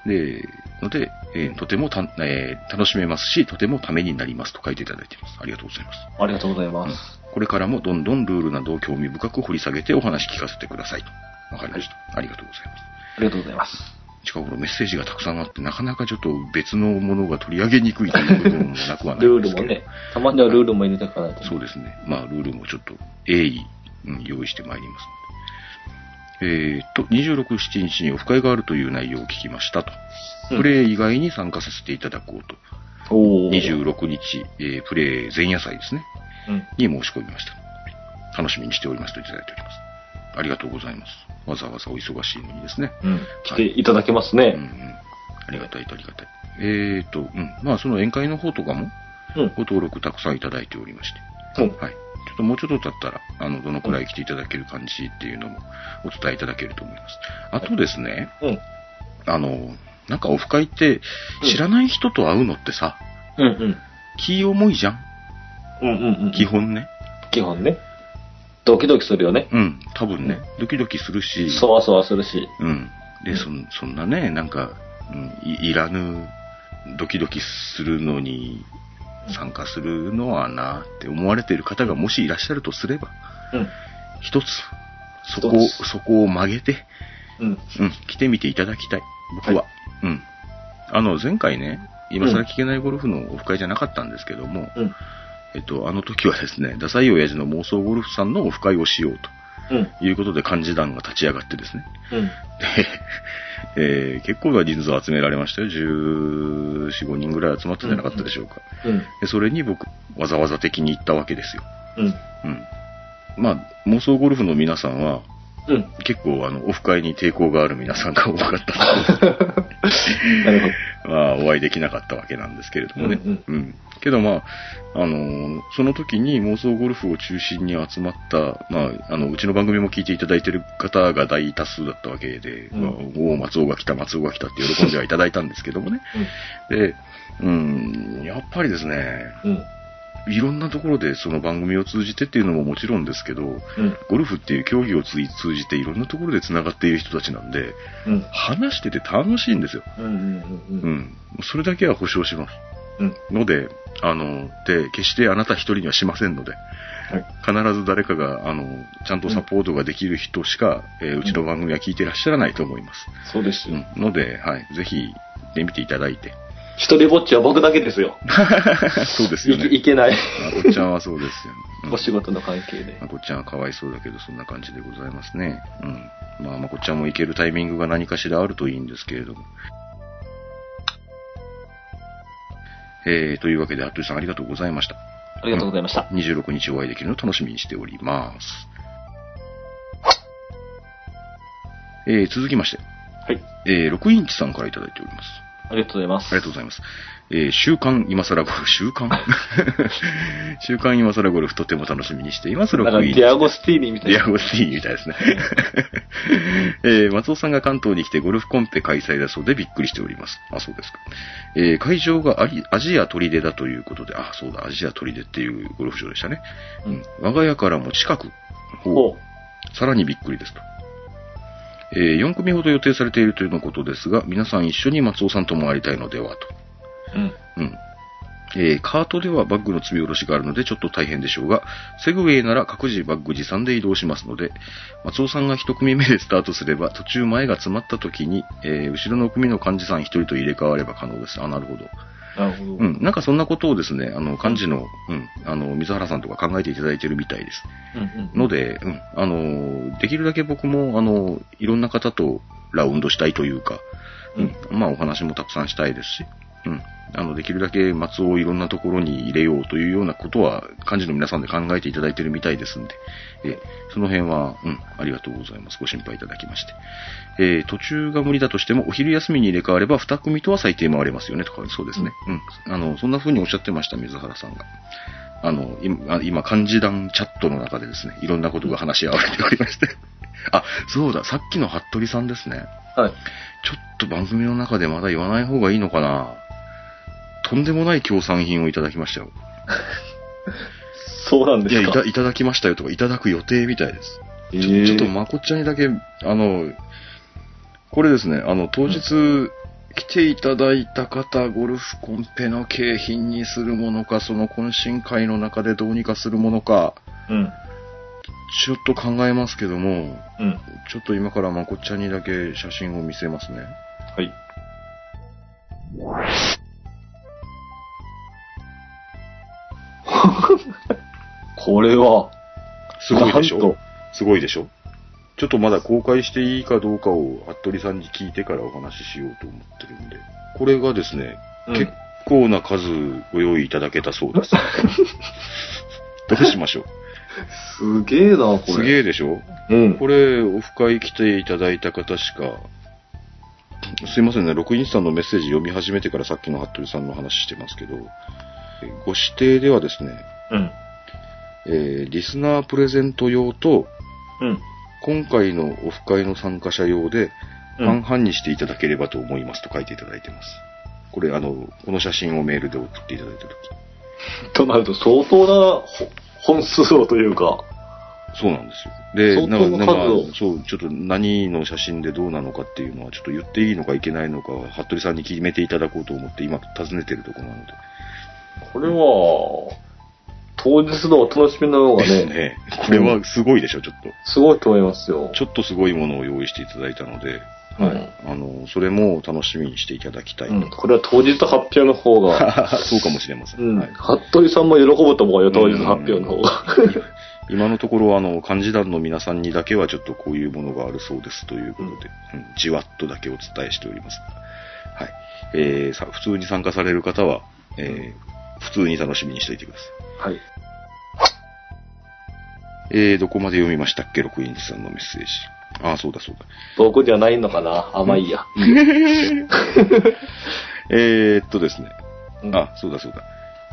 Speaker 2: で、ので、えーとてもた、えー楽しめますし、とてもためになりますと書いていただいています。ありがとうございます。
Speaker 3: ありがとうございます。
Speaker 2: これからもどんどんルールなどを興味深く掘り下げてお話聞かせてくださいと。わかりました。ありがとうございます。
Speaker 3: ありがとうございます。
Speaker 2: 近頃メッセージがたくさんあって、なかなかちょっと別のものが取り上げにくいという部分もなくはない
Speaker 3: ル
Speaker 2: ん
Speaker 3: ー
Speaker 2: で
Speaker 3: ル
Speaker 2: すけ
Speaker 3: も
Speaker 2: ど。
Speaker 3: ね、たまにはルールも入れていかないと。
Speaker 2: そうですね。まあ、ルールもちょっと鋭意、うん用意してまいりますえーっと、26、7日にオフ会があるという内容を聞きましたと。
Speaker 3: うん
Speaker 2: プレイ以外に参加させていただこうと。
Speaker 3: おお。
Speaker 2: 26日、えープレイ前夜祭ですね。
Speaker 3: うん。
Speaker 2: に申し込みました。楽しみにしておりますといただいております。ありがとうございます。わざわざお忙しいのにですね。
Speaker 3: うん。来ていただけますね。
Speaker 2: うんうん。ありがたいとありがたい。えーっと、うん。まあ、その宴会の方とかも、
Speaker 3: うん。
Speaker 2: ご登録たくさんいただいておりまして。
Speaker 3: うん。
Speaker 2: はい。ちょっともうちょっと経ったら、あの、どのくらい来ていただける感じっていうのもお伝えいただけると思います。あとですね、
Speaker 3: うん。
Speaker 2: あの、なんかオフ会って、知らない人と会うのってさ、
Speaker 3: うんうん。
Speaker 2: 気重いじゃん
Speaker 3: うんうんうん。
Speaker 2: 基。本ね。
Speaker 3: 基本ね。ドキドキするよね。
Speaker 2: うん、多分ね、ドキドキするし、
Speaker 3: そわそわするし。
Speaker 2: うん。で、
Speaker 3: うん
Speaker 2: そんそんなね、なんか、うんい、いらぬ、ドキドキするのに参加するのはなって思われている方がもしいらっしゃるとすれば、
Speaker 3: うん。
Speaker 2: 一つ、そこを、
Speaker 3: 一つ
Speaker 2: そこを曲げて、
Speaker 3: うん。
Speaker 2: うん、来てみていただきたい。僕は。
Speaker 3: は
Speaker 2: うん。あの、前回ね、今更聞けないゴルフのオフ会じゃなかったんですけども、
Speaker 3: うん。
Speaker 2: えっと、あの時はですね、ダサい親父の妄想ゴルフさんのオフ会をしよう
Speaker 3: うん。
Speaker 2: ということで幹事団が立ち上がってですね。
Speaker 3: う ん。
Speaker 2: で、えー結構な人数を集められましたよ。14、5人ぐらい集まったんじゃなかったでしょうか。
Speaker 3: うん。
Speaker 2: でそれに僕、わざわざ的に行ったわけですよ。
Speaker 3: うん。
Speaker 2: うん。まあ、妄想ゴルフの皆さんは、
Speaker 3: うん。
Speaker 2: 結構あの、オフ会に抵抗がある皆さんが多かったので
Speaker 3: なるほど。
Speaker 2: まあ、お会いできなかったわけなんですけれどもね。
Speaker 3: うん
Speaker 2: うんけどまあ、あのーその時に妄想ゴルフを中心に集まった、まあ、あの、うちの番組も聞いていただいてる方が大多数だったわけで、
Speaker 3: うん
Speaker 2: まあおお、松尾が来た、松尾が来たって喜んではいただいたんですけどもね。で、うん、やっぱりですね、
Speaker 3: うん。
Speaker 2: いろんなところでその番組を通じてっていうのももちろんですけど、
Speaker 3: うん。
Speaker 2: ゴルフっていう競技を通通じていろんなところで繋がっている人たちなんで、
Speaker 3: うん。
Speaker 2: 話してて楽しいんですよ。
Speaker 3: うん。うん。うん。
Speaker 2: う
Speaker 3: うん。
Speaker 2: ん。それだけは保証します。
Speaker 3: うん。
Speaker 2: ので、あの、で、決してあなた一人にはしませんので、
Speaker 3: はい。
Speaker 2: 必ず誰かが、あの、ちゃんとサポートができる人しか、うえーうちの番組は聞いてらっしゃらないと思います。
Speaker 3: そうですよ。
Speaker 2: うん。ので、はい、ぜひ、行ってみていただいて。
Speaker 3: 一人ぼっちは僕だけですよ。
Speaker 2: そうですよ
Speaker 3: いけ
Speaker 2: ね。
Speaker 3: いけない。
Speaker 2: まこっちゃんはそうですよ、ね。うん
Speaker 3: お仕事の関係で。
Speaker 2: まこっちゃんはかわいそうだけど、そんな感じでございますね。うん。まあ、まこっちゃんも行けるタイミングが何かしらあるといいんですけれども。えー、というわけで、服部さんありがとうございました。
Speaker 3: ありがとうございました。
Speaker 2: 26日お会いできるのを楽しみにしております。えー、続きまして、
Speaker 3: はい。
Speaker 2: えー、6インチさんからいただいております。
Speaker 3: ありがとうございます。
Speaker 2: ありがとうございます。えー、週刊今更ゴルフ、週刊 週刊今更ゴルフとても楽しみにしています、
Speaker 3: なんか、
Speaker 2: 6インチ
Speaker 3: デ。ィアゴスティーニみたい
Speaker 2: ディ
Speaker 3: な。
Speaker 2: アゴスティーニみたいですね。えー松尾さんが関東に来てゴルフコンペ開催だそうでびっくりしております。あ、そうですか。えー会場がアリアジア砦だということで、あ、そうだ、アジア砦っていうゴルフ場でしたね。
Speaker 3: うん。
Speaker 2: 我が家からも近く。
Speaker 3: ほ
Speaker 2: さらにびっくりですと。え4組ほど予定されているというのことですが、皆さん一緒に松尾さんと回りたいのではと。
Speaker 3: う。うん。
Speaker 2: うん。えーカートではバッグの積み下ろしがあるのでちょっと大変でしょうが、セグウェイなら各自バッグ持参で移動しますので、松尾さんが一組目でスタートすれば、途中前が詰まった時に、えー後ろの組の幹事さん一人と入れ替われば可能です。あ、なるほど。
Speaker 3: なるほど。
Speaker 2: うん、なんかそんなことをですね、あの、幹事の、うん、あの、水原さんとか考えていただいてるみたいです。
Speaker 3: うん。
Speaker 2: ので、うん、あの、できるだけ僕も、あの、いろんな方とラウンドしたいというか、うん、まあお話もたくさんしたいですし、うん、あの、できるだけ松尾をいろんなところに入れようというようなことは、幹事の皆さんで考えていただいてるみたいですんで、え、その辺は、うん、ありがとうございます。ご心配いただきまして。えー途中が無理だとしても、お昼休みに入れ替われば、2組とは最低回れますよね、とか、そうですね。うん、あの、そんな風におっしゃってました、水原さんが。あの、今、あ今漢字団チャットの中でですね、いろんなことが話し合われておりまして。あ、そうだ、さっきの服部さんですね。
Speaker 3: はい。
Speaker 2: ちょっと番組の中でまだ言わない方がいいのかなとんでもない協賛品をいただきましたよ。
Speaker 3: そうなんで
Speaker 2: いや
Speaker 3: す
Speaker 2: い
Speaker 3: か
Speaker 2: た、。いただきましたよとか、いただく予定みたいです。
Speaker 3: え
Speaker 2: ちょちょっとまこっちゃんにだけ、あの、これですね、あの、当日来ていただいた方、ゴルフコンペの景品にするものか、その懇親会の中でどうにかするものか、
Speaker 3: うん。
Speaker 2: ちょっと考えますけども、
Speaker 3: うん。
Speaker 2: ちょっと今からまこっちゃんにだけ写真を見せますね。
Speaker 3: はい。これは、
Speaker 2: すごいでし
Speaker 3: なん
Speaker 2: ょ
Speaker 3: と
Speaker 2: すごいでしょちょっとまだ公開していいかどうかを、服部さんに聞いてからお話ししようと思ってるんで、これがですね、
Speaker 3: うん
Speaker 2: 結構な数ご用意いただけたそうです。どうしましょう。
Speaker 3: すげえな、これ。
Speaker 2: すげえでしょ
Speaker 3: うん。
Speaker 2: これ、オフ会来ていただいた方しか、すいませんね、6インスタのメッセージ読み始めてからさっきの服部さんの話してますけど、ご指定ではですね、
Speaker 3: うん。
Speaker 2: えーリスナープレゼント用と、
Speaker 3: うん。
Speaker 2: 今回のオフ会の参加者用で、
Speaker 3: う
Speaker 2: 半
Speaker 3: ん。
Speaker 2: 々にしていただければと思いますと書いていただいてます。これ、あの、この写真をメールで送っていただいたとき。
Speaker 3: となると、相当なほ本数をというか。
Speaker 2: そうなんですよ。で、
Speaker 3: 相当の
Speaker 2: なんか
Speaker 3: 数を
Speaker 2: なんかそう、ちょっと何の写真でどうなのかっていうのは、ちょっと言っていいのかいけないのかは、服部さんに決めていただこうと思って、今、尋ねてるところなので。
Speaker 3: これは、当日のお楽しみの方が
Speaker 2: です
Speaker 3: ね、
Speaker 2: ね。これはすごいでしょ、ちょっと。
Speaker 3: すごいと思いますよ。
Speaker 2: ちょっとすごいものを用意していただいたので、
Speaker 3: はい。
Speaker 2: あの、それも楽しみにしていただきたい。
Speaker 3: うん。これは当日発表の方が、
Speaker 2: そうかもしれません。
Speaker 3: うん。
Speaker 2: はい
Speaker 3: 服部さんも喜ぶと思うよ、当日発表の方が。
Speaker 2: 今のところ、あの、幹事団の皆さんにだけはちょっとこういうものがあるそうですということで、うんじわっとだけお伝えしております。はい。えーさ、普通に参加される方は、えー普通に楽しみにしておいてください。
Speaker 3: はい。
Speaker 2: えー、どこまで読みましたっけ、六インさんのメッセージ。あー、そうだそうだ。
Speaker 3: 僕じゃないのかな甘いや。
Speaker 2: えー、っとですね。
Speaker 3: うん
Speaker 2: あ、そうだそうだ。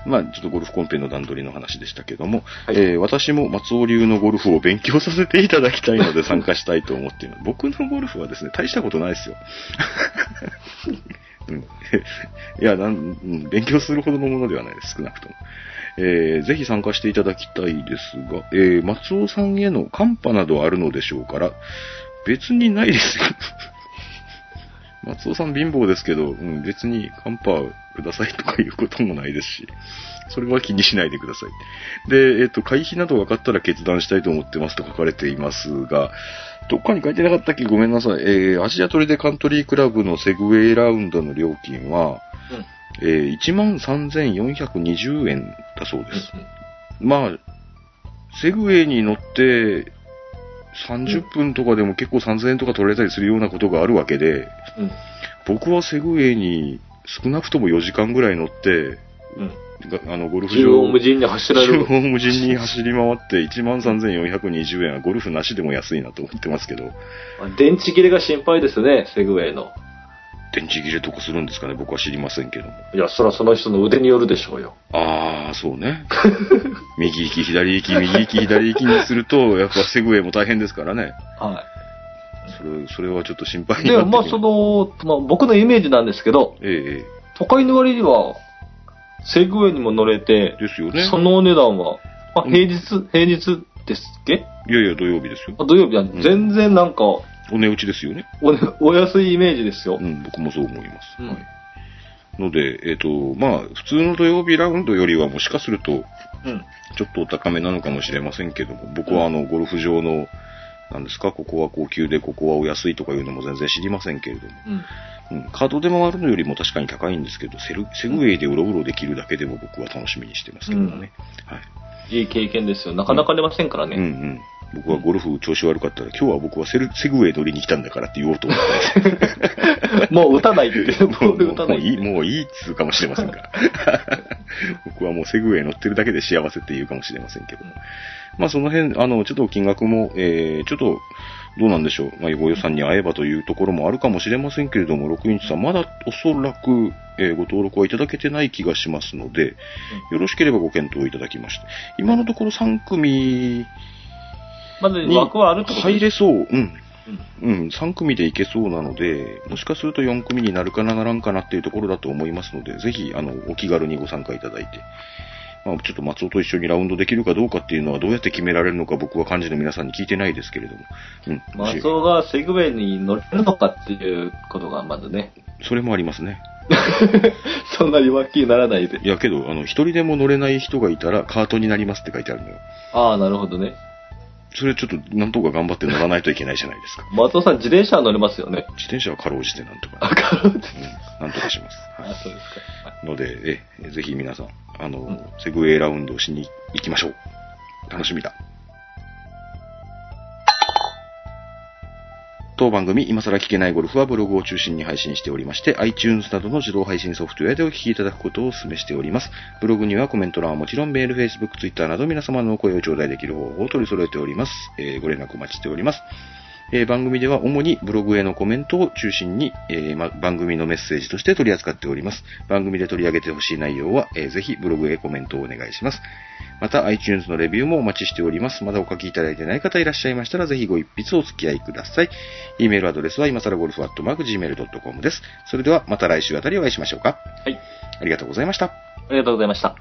Speaker 2: まあ、ちょっとゴルフコンペの段取りの話でしたけども、
Speaker 3: はい
Speaker 2: えー私も松尾流のゴルフを勉強させていただきたいの で参加したいと思っています。僕のゴルフはですね、大したことないですよ。 うんいやなん、うん勉強するほどのものではないです、少なくとも。えーぜひ参加していただきたいですが、えー松尾さんへのカンパなどあるのでしょうから、別にないですよ。 松尾さん貧乏ですけど、うん、別にカンパくださいとかいうこともないですし、それは気にしないでください。で、えっ、と、会費など分かったら決断したいと思ってますと書かれていますが、どっかに書いてなかったっけごめんなさい。えーアジアトリでカントリークラブのセグウェイラウンドの料金は、えー13,420円だそうです。まあ、セグウェイに乗って、30分とかでも結構3000円とか取れたりするようなことがあるわけで、
Speaker 3: うん。うん。
Speaker 2: 僕はセグウェイに少なくとも4時間ぐらい乗って、
Speaker 3: うん。
Speaker 2: があのゴルフ
Speaker 3: 縦
Speaker 2: 場
Speaker 3: 横無尽に走られ
Speaker 2: 中
Speaker 3: る。
Speaker 2: 央無尽に走り回って13,420円はゴルフなしでも安いなと思ってますけど、
Speaker 3: 電池切れが心配ですね、セグウェイの。
Speaker 2: 電池切れとかするんですかね僕は知りませんけども。
Speaker 3: いや、そらその人の腕によるでしょうよ。
Speaker 2: あー、そう ね。右行き、左行き、右行き、左行きにすると、やっぱセグウェイも大変ですからね。
Speaker 3: は
Speaker 2: それ、それはちょっと心配
Speaker 3: い。
Speaker 2: に
Speaker 3: で
Speaker 2: なっ
Speaker 3: も、
Speaker 2: て
Speaker 3: まあ、
Speaker 2: き
Speaker 3: その、まあ、僕のイメージなんですけど、
Speaker 2: えええ
Speaker 3: 都会の割には、セグウェイにも乗れて
Speaker 2: え、ですよね。
Speaker 3: そのお値段は、あ、
Speaker 2: うん
Speaker 3: 平日、平日ですっけ
Speaker 2: いやいや、土曜日ですよ。
Speaker 3: あ土曜日は
Speaker 2: ん
Speaker 3: 全然なんか、
Speaker 2: お値打ちですよね。
Speaker 3: おね お安いイメージですよ
Speaker 2: う。ん、僕もそう思います。
Speaker 3: うん
Speaker 2: はいので、えっ、と、まあ、普通の土曜日ラウンドよりはもしかすると、
Speaker 3: うん。
Speaker 2: ちょっとお高めなのかもしれませんけども、僕はあの、ゴルフ場の、なんですか、ここは高級で、ここはお安いとかいうのも全然知りませんけれども、
Speaker 3: うん。
Speaker 2: うん、カードで回るのよりも確かに高いんですけど、セルセグウェイでうろうろできるだけでも僕は楽しみにしてますけどもね。はい。
Speaker 3: いい経験ですよ。なかなか出ませんから
Speaker 2: うんう
Speaker 3: ね。
Speaker 2: ん。僕はゴルフ調子悪かったら、今日は僕はセルセグウェイ乗りに来たんだからって言おうと思って。
Speaker 3: もう打たないって。
Speaker 2: も
Speaker 3: ボ
Speaker 2: う
Speaker 3: ール打た
Speaker 2: も
Speaker 3: な
Speaker 2: う
Speaker 3: い
Speaker 2: いい、
Speaker 3: って。
Speaker 2: もういいっつうかもしれません が。僕はもうセグウェイ乗ってるだけで幸せって言うかもしれませんけど
Speaker 3: うん。
Speaker 2: まあその辺、あの、ちょっと金額も、えー、ちょっと、どうなんでしょう。まあ、ご予算に合えばというところもあるかもしれませんけれども、6インチさん、まだおそらく、えーご登録はいただけてない気がしますので、よろしければご検討いただきまして。今のところ3組
Speaker 3: まず枠はあるってこと
Speaker 2: 入れそう。うん。
Speaker 3: うん
Speaker 2: うん、3組でいけそうなので、もしかすると4組になるかなならんかなっていうところだと思いますので、ぜひ、あの、お気軽にご参加いただいて、まあ、ちょっと松尾と一緒にラウンドできるかどうかっていうのはどうやって決められるのか僕は幹事の皆さんに聞いてないですけれども、うん、
Speaker 3: 松
Speaker 2: もし
Speaker 3: 尾がセグウェイに乗れるのかっていうことがまずね、
Speaker 2: それもありますね。
Speaker 3: そんな弱気にならないで。
Speaker 2: いやけど、あの、一人でも乗れない人がいたらカートになりますって書いてあるのよ。
Speaker 3: ああ、なるほどね。
Speaker 2: それちょっとなんとか頑張って乗らないといけないじゃないですか。
Speaker 3: 松尾さん、自転車は乗れますよね。
Speaker 2: 自転車はかろうじてなんとか、
Speaker 3: あ、かる
Speaker 2: うん、なんとかします。はい
Speaker 3: あ、そうですか。
Speaker 2: ので、え、ぜひ皆さん、あの、
Speaker 3: ん
Speaker 2: セグウェイラウンドをしに行きましょう。楽しみだ。当番組、今更聞けないゴルフはブログを中心に配信しておりまして、iTunes などの自動配信ソフトウェアでお聞きいただくことをお勧めしております。ブログにはコメント欄はもちろん、メール、Facebook、Twitter など皆様のお声を頂戴できる方法を取り揃えております。えーご連絡お待ちしております。えー番組では主にブログへのコメントを中心に、えーま番組のメッセージとして取り扱っております。番組で取り上げてほしい内容は、えーぜひブログへコメントをお願いします。また iTunes のレビューもお待ちしております。まだお書きいただいてない方いらっしゃいましたら、ぜひご一筆お付き合いください。e メールアドレスは今更ゴルフアットマーク Gmail.com です。それではまた来週あたりお会いしましょうか。
Speaker 3: はい。
Speaker 2: ありがとうございました。
Speaker 3: ありがとうございました。